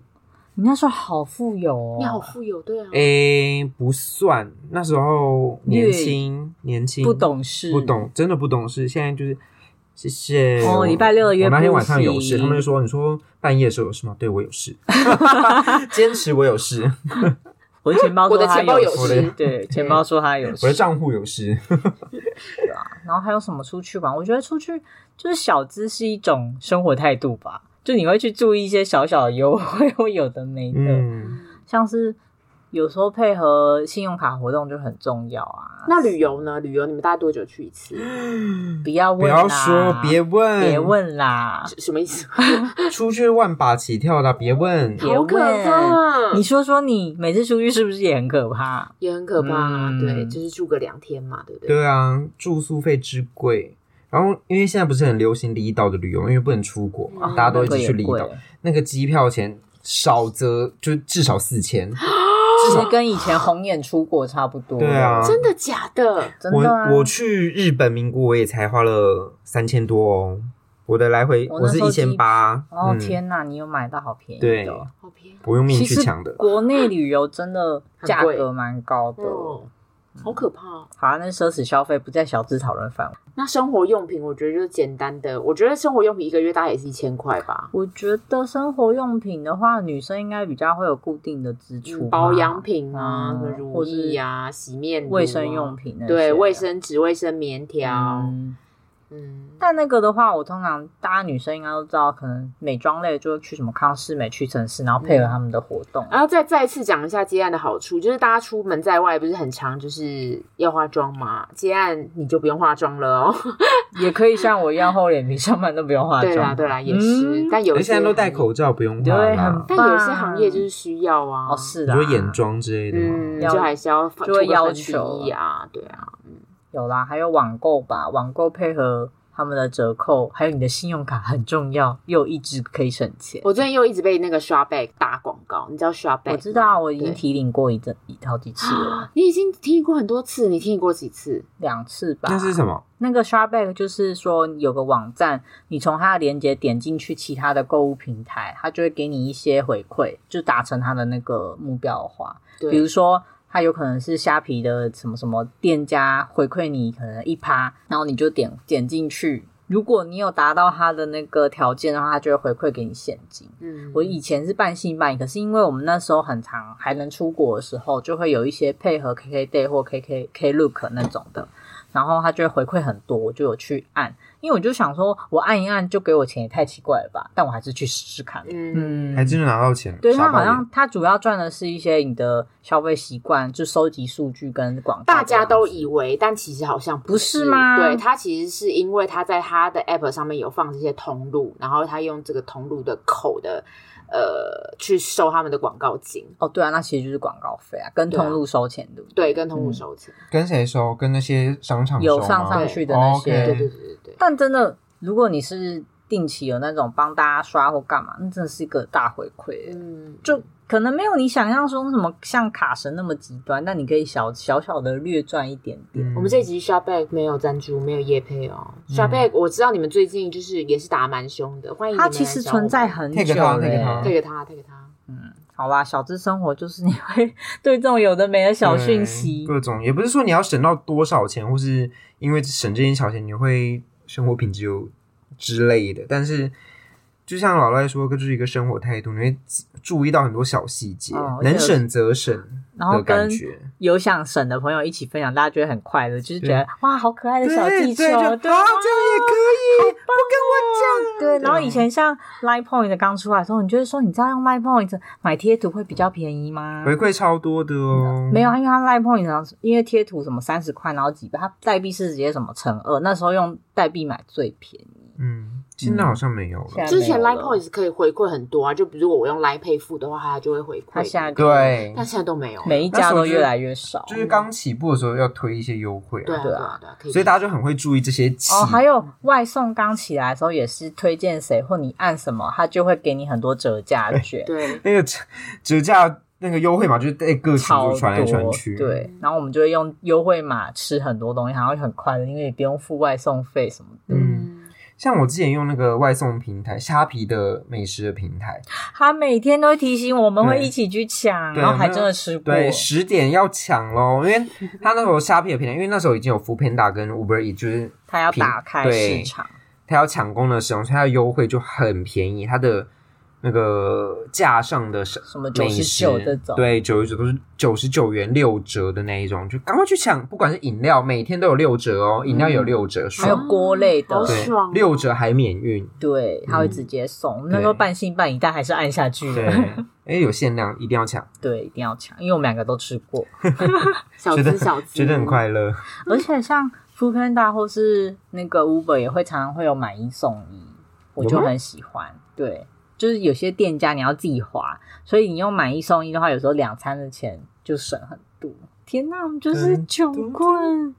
Speaker 1: 你那时候好富有哦，
Speaker 3: 你好富有，对啊，
Speaker 2: 诶、不算，那时候年轻年轻
Speaker 1: 不懂事，
Speaker 2: 不懂，真的不懂事。现在就是谢谢
Speaker 1: 哦
Speaker 2: 我
Speaker 1: 礼拜六的约
Speaker 2: 我那天
Speaker 1: 不
Speaker 2: 晚上有事，
Speaker 1: 行
Speaker 2: 他们就说你说半夜的时候有事吗？对我 有事，坚持我有事，
Speaker 1: 我的钱包说
Speaker 3: 我的
Speaker 1: 他
Speaker 3: 钱包有
Speaker 2: 事我的
Speaker 1: 对，钱包说他有事，
Speaker 2: 我的账户有事。
Speaker 1: 然后还有什么出去玩？我觉得出去就是小资是一种生活态度吧，就你会去注意一些小小的优惠或有的没的，
Speaker 2: 嗯，
Speaker 3: 嗯
Speaker 1: 像是有时候配合信用卡活动就很重要啊。
Speaker 3: 那旅游呢？旅游你们大概多久去一 次？
Speaker 1: 不要
Speaker 2: 不
Speaker 1: 问啦，
Speaker 2: 要说，别问，
Speaker 1: 别，问啦，
Speaker 3: 什什么意思？
Speaker 2: 出去万把起跳的，别问。
Speaker 1: 别
Speaker 3: 好可
Speaker 1: 问
Speaker 3: 怕
Speaker 1: 你说说你每次出去是不是也很可怕？
Speaker 3: 也很可怕，
Speaker 2: 嗯
Speaker 3: 对，就是住个两天嘛，对不对？
Speaker 2: 对啊，住宿费之贵。然后，因为现在不是很流行离岛的旅游，因为不能出国嘛，
Speaker 3: 嗯
Speaker 2: 大家都一
Speaker 1: 哦那个
Speaker 2: 直
Speaker 1: 也
Speaker 2: 去离
Speaker 1: 贵
Speaker 2: 岛。那个机票钱少则就至少四千，
Speaker 1: 哦其实跟以前红眼出国差不多。
Speaker 2: 对啊
Speaker 3: 真的假的？
Speaker 1: 真的啊
Speaker 2: 我我去日本名古屋我也才花了三千多哦，我的来回
Speaker 1: 我
Speaker 2: 我
Speaker 1: 那
Speaker 2: 是
Speaker 1: 时候
Speaker 2: 一千八，
Speaker 1: 哦
Speaker 2: 嗯，
Speaker 1: 天哪，你有买到好便宜
Speaker 2: 对
Speaker 1: 的哦！
Speaker 3: 好便宜
Speaker 2: 我用命
Speaker 1: 其
Speaker 2: 去
Speaker 1: 实
Speaker 2: 抢的，
Speaker 1: 国内旅游真的价
Speaker 3: 很贵
Speaker 1: 格蛮高的。
Speaker 3: 哦，好可怕哦。
Speaker 1: 好、啊，那奢侈消费不在小资讨论范围。
Speaker 3: 那生活用品，我觉得就是简单的，我觉得生活用品一个月大概也是一千块吧。
Speaker 1: 我觉得生活用品的话，女生应该比较会有固定的支出吧，
Speaker 3: 嗯保养品啊，
Speaker 1: 嗯
Speaker 3: 什么
Speaker 1: 或
Speaker 3: 乳
Speaker 1: 是
Speaker 3: 液啊，洗面乳啊
Speaker 1: 卫生用，品那些的啊
Speaker 3: 对，卫生纸、卫生棉条，
Speaker 1: 嗯
Speaker 3: 嗯，
Speaker 1: 但那个的话，我通常大家女生应该都知道，可能美妆类就会去什么康士美、屈臣氏，然后配合
Speaker 3: 嗯
Speaker 1: 他们的活动。
Speaker 3: 然后再再次讲一下接案的好处，就是大家出门在外不是很常就是要化妆嘛，接案你就不用化妆了哦。
Speaker 1: 也可以像我一样厚脸皮，上班都不用化妆。
Speaker 3: 对啊啦，对啦，也是，
Speaker 1: 嗯
Speaker 3: 但有
Speaker 2: 而
Speaker 3: 一
Speaker 2: 且
Speaker 3: 些
Speaker 2: 现在都戴
Speaker 3: 行业，
Speaker 2: 口罩，不用
Speaker 1: 对
Speaker 2: 化
Speaker 1: 很
Speaker 2: 啦。
Speaker 3: 但有一些行业就是需要啊，
Speaker 1: 哦，是
Speaker 2: 啊你
Speaker 1: 的，
Speaker 2: 说眼妆之类的吗？
Speaker 3: 嗯，
Speaker 1: 要
Speaker 3: 就还是要
Speaker 1: 就会要求
Speaker 3: 求啊，对啊，
Speaker 1: 有啦，还有网购吧，网购配合他们的折扣，还有你的信用卡很重要，又一直可以省钱。
Speaker 3: 我最近又一直被那个刷 back 打广告，你知道刷 back？
Speaker 1: 我知道，啊我已经
Speaker 3: 对
Speaker 1: 提领过一阵一好几次了，
Speaker 3: 你已经听过很多次，你听过几次？
Speaker 1: 两次吧。
Speaker 2: 那是什么？
Speaker 1: 那个 Sharback 就是说有个网站，你从它的链接点进去其他的购物平台，它就会给你一些回馈，就达成它的那个目标的话，
Speaker 3: 对，
Speaker 1: 比如说。它有可能是虾皮的什么什么店家回馈你可能一趴，然后你就点点进去。如果你有达到它的那个条件的话，它就会回馈给你现金。
Speaker 3: 嗯，
Speaker 1: 我以前是半信半疑，可是因为我们那时候很长还能出国的时候，就会有一些配合 KK Day 或 KK K Look 那种的，然后他就会回馈很多，我就有去按，因为我就想说，我按一按就给我钱也太奇怪了吧，但我还是去试试看。
Speaker 3: 嗯，
Speaker 1: 嗯，
Speaker 2: 还真的拿到钱了？
Speaker 1: 对
Speaker 2: 傻
Speaker 1: 他好
Speaker 2: 爆眼
Speaker 1: 像他主要赚的是一些你的消费习惯，就收集数据跟广告这样
Speaker 3: 大
Speaker 1: 子。
Speaker 3: 家都以为，但其实好像
Speaker 1: 不是
Speaker 3: 是
Speaker 1: 吗
Speaker 3: 对，它其实是因为它在它的 app 上面有放这些通路，然后它用这个通路的口的呃去收他们的广告金，
Speaker 1: 哦，对啊，那其实就是广告费啊，跟
Speaker 3: 对啊
Speaker 1: 通路收钱，对不对？
Speaker 3: 对，跟通路收钱，
Speaker 2: 跟谁收？跟那些商场
Speaker 1: 有
Speaker 2: 收
Speaker 1: 上
Speaker 2: 吗
Speaker 1: 上
Speaker 3: 去
Speaker 1: 的那些
Speaker 2: 哦
Speaker 3: 对
Speaker 2: ，OK
Speaker 3: 对对对对。
Speaker 1: 但真的，如果你是定期有那种帮大家刷或干嘛，那真的是一个大回馈。
Speaker 3: 嗯，
Speaker 1: 就可能没有你想象中什么像卡神那么极端，但你可以小小小的略赚一点点。
Speaker 2: 嗯
Speaker 3: 我们这集 Shopback 没有赞助，没有业配哦。Shopback，我知道你们最近就是也是打得蛮凶的，欢迎你们
Speaker 1: 它
Speaker 3: 来
Speaker 1: 其实
Speaker 3: 找我
Speaker 1: 存
Speaker 3: 们
Speaker 1: 在很久
Speaker 2: Take 它
Speaker 1: 了、
Speaker 2: ，take 它
Speaker 3: 这个他，这个他，
Speaker 1: 好吧，小资生活就是你会对这种有的没的小讯息
Speaker 2: 对，各种，也不是说你要省到多少钱，或是因为省这些小钱你会生活品质有之类的，但是。就像老赖说，就是一个生活态度，你会注意到很多小细节，
Speaker 1: 哦
Speaker 2: 能省则省
Speaker 1: 然后
Speaker 2: 的感
Speaker 1: 跟
Speaker 2: 觉。
Speaker 1: 有想省的朋友一起分享，大家觉得很快乐，就是觉得哇，好可爱的
Speaker 2: 对
Speaker 1: 小
Speaker 2: 对，
Speaker 1: 技
Speaker 2: 就
Speaker 1: 巧，
Speaker 2: 啊，这
Speaker 1: 对啊
Speaker 2: 样也可以，不跟我
Speaker 1: 对，啊
Speaker 2: 讲。
Speaker 1: 然后以前像 Line Point 刚出来的时候，你就会说，你知道用 Line Point 买贴图会比较便宜吗？
Speaker 2: 回馈超多的哦，
Speaker 1: 没有，啊，因为它 Line Point 上因为贴图什么三十块，然后几倍，它代币是直接什么乘二，那时候用代币买最便宜。
Speaker 2: 嗯，现在好像没有
Speaker 1: 现
Speaker 2: 了
Speaker 1: 在。
Speaker 3: 之前
Speaker 1: 没有
Speaker 3: Line
Speaker 1: 了
Speaker 3: Points 可以回馈很多啊，就比如我用 Line Pay 付的话，它就会回
Speaker 1: 它
Speaker 3: 馈。
Speaker 1: 现在就
Speaker 2: 对，
Speaker 3: 但现在都没有。
Speaker 1: 每一家都越来越少。
Speaker 2: 就是刚起步的时候要推一些优惠
Speaker 3: 对
Speaker 2: 啊
Speaker 3: 啊，，对啊，对啊，可以。
Speaker 2: 所以大家就很会注意这些起。
Speaker 1: 哦，还有外送刚起来的时候也是推荐谁或你按什么，它就会给你很多折价券，
Speaker 3: 对，
Speaker 2: 那个折折价那个优惠码，就是在各群
Speaker 1: 超
Speaker 2: 组
Speaker 1: 多
Speaker 2: 传来传去。，
Speaker 1: 哦对，然后我们就会用优惠码吃很多东西，然后很快乐，因为也不用付外送费什么的。
Speaker 3: 嗯，
Speaker 2: 像我之前用那个外送平台虾皮的美食的平台，
Speaker 1: 他每天都会提醒我们
Speaker 2: 对
Speaker 1: 会一起去抢，
Speaker 2: 对
Speaker 1: 然后还真的吃过。
Speaker 2: 对，十点要抢喽，因为他那时候虾皮的平台，因为那时候已经有 Food Panda 跟 Uber E，就是
Speaker 1: 他要
Speaker 2: 平
Speaker 1: 打开
Speaker 2: 对
Speaker 1: 市场，
Speaker 2: 它要抢攻的时候，所以它的优惠就很便宜，它的那个架上的什
Speaker 1: 什么99这种
Speaker 2: 对，九十九都是九十九元六折的那一种，就赶快去抢，不管是饮料，每天都有六折哦，饮料有六折，
Speaker 1: 还有
Speaker 2: 爽，
Speaker 1: 锅类的
Speaker 3: 好，
Speaker 2: 对
Speaker 3: 爽哦，
Speaker 2: 六折还免运，
Speaker 1: 对，他会直接送。那时候半信半疑，但还是按下去
Speaker 2: 嗯对
Speaker 1: 了。，
Speaker 2: 哎，有限量，一定要抢，
Speaker 1: 对，一定要抢，因为我们两个都吃过，
Speaker 3: 小
Speaker 2: 觉得
Speaker 3: 资小资，
Speaker 2: 觉得很快乐，
Speaker 1: 而且像 f o o Panda 或是那个 Uber 也会常常会有买一送一，我就
Speaker 2: 有吗
Speaker 1: 很喜欢。对，就是有些店家你要自己花，所以你用买一送一的话，有时候两餐的钱就省很多。天哪，我们就是
Speaker 2: 嗯
Speaker 1: 穷困。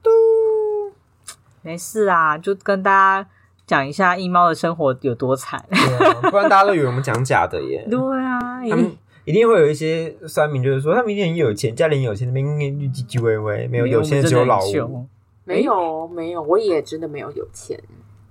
Speaker 1: 没事啊，就跟大家讲一下一猫的生活有多惨。，
Speaker 2: 对啊不然大家都以为我们讲假的耶
Speaker 1: 对啊，一
Speaker 2: 他
Speaker 1: 定
Speaker 2: 们。一定会有一些酸民，就是说他们一定很有钱，家里很有钱，那边唧唧歪歪，没有，有
Speaker 1: 我们
Speaker 2: 些
Speaker 1: 真
Speaker 2: 只
Speaker 1: 的
Speaker 2: 有
Speaker 1: 很
Speaker 2: 老
Speaker 1: 穷
Speaker 2: 吴。
Speaker 3: 没有没有，我也真的没有有钱，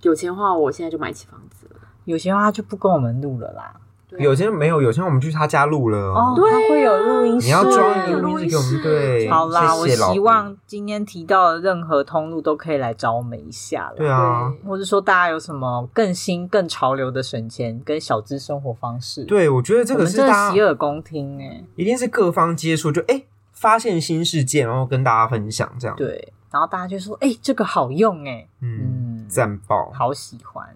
Speaker 3: 有钱的话，我现在就买起房子了。
Speaker 1: 有些话他就不跟我们录了啦。
Speaker 3: 对啊
Speaker 2: 有些没有，有些我们去他家录了。
Speaker 1: 哦，
Speaker 3: 对啊
Speaker 1: 他会有录音室，
Speaker 2: 你要装一
Speaker 3: 对
Speaker 2: 个录音室给我们对，
Speaker 1: 好啦，
Speaker 2: 谢谢老
Speaker 1: 我
Speaker 2: 婆
Speaker 1: 希望今天提到的任何通路都可以来找我们一下
Speaker 2: 对
Speaker 1: 啦。
Speaker 2: 啊，
Speaker 1: 或者说大家有什么更新、更潮流的省钱跟小资生活方式？，
Speaker 2: 对，我觉得这
Speaker 1: 我
Speaker 2: 个
Speaker 1: 们
Speaker 2: 是
Speaker 1: 真的
Speaker 2: 大
Speaker 1: 洗
Speaker 2: 家
Speaker 1: 耳恭听哎、
Speaker 2: 一定是各方接触，就哎、发现新事件，然后跟大家分享这样。，
Speaker 1: 对，然后大家就说：“哎、这个好用哎、
Speaker 2: 嗯，
Speaker 1: 嗯，
Speaker 2: 赞爆，
Speaker 1: 好喜欢。”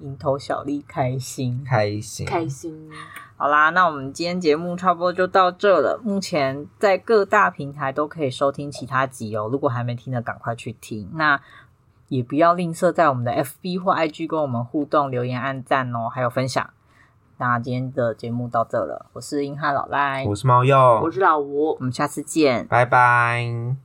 Speaker 1: 蝇头小利开心。
Speaker 2: 开心，
Speaker 3: 开心，
Speaker 1: 好啦，那我们今天节目差不多就到这了。目前在各大平台都可以收听其他集哦，如果还没听的，赶快去听。那也不要吝啬在我们的 FB 或 IG 跟我们互动、留言、按赞哦，还有分享。那今天的节目到这了，我是英汉老赖，
Speaker 2: 我是猫
Speaker 3: 我
Speaker 2: 鼬，
Speaker 3: 是老吴
Speaker 1: 我，们下次见。
Speaker 2: 拜拜。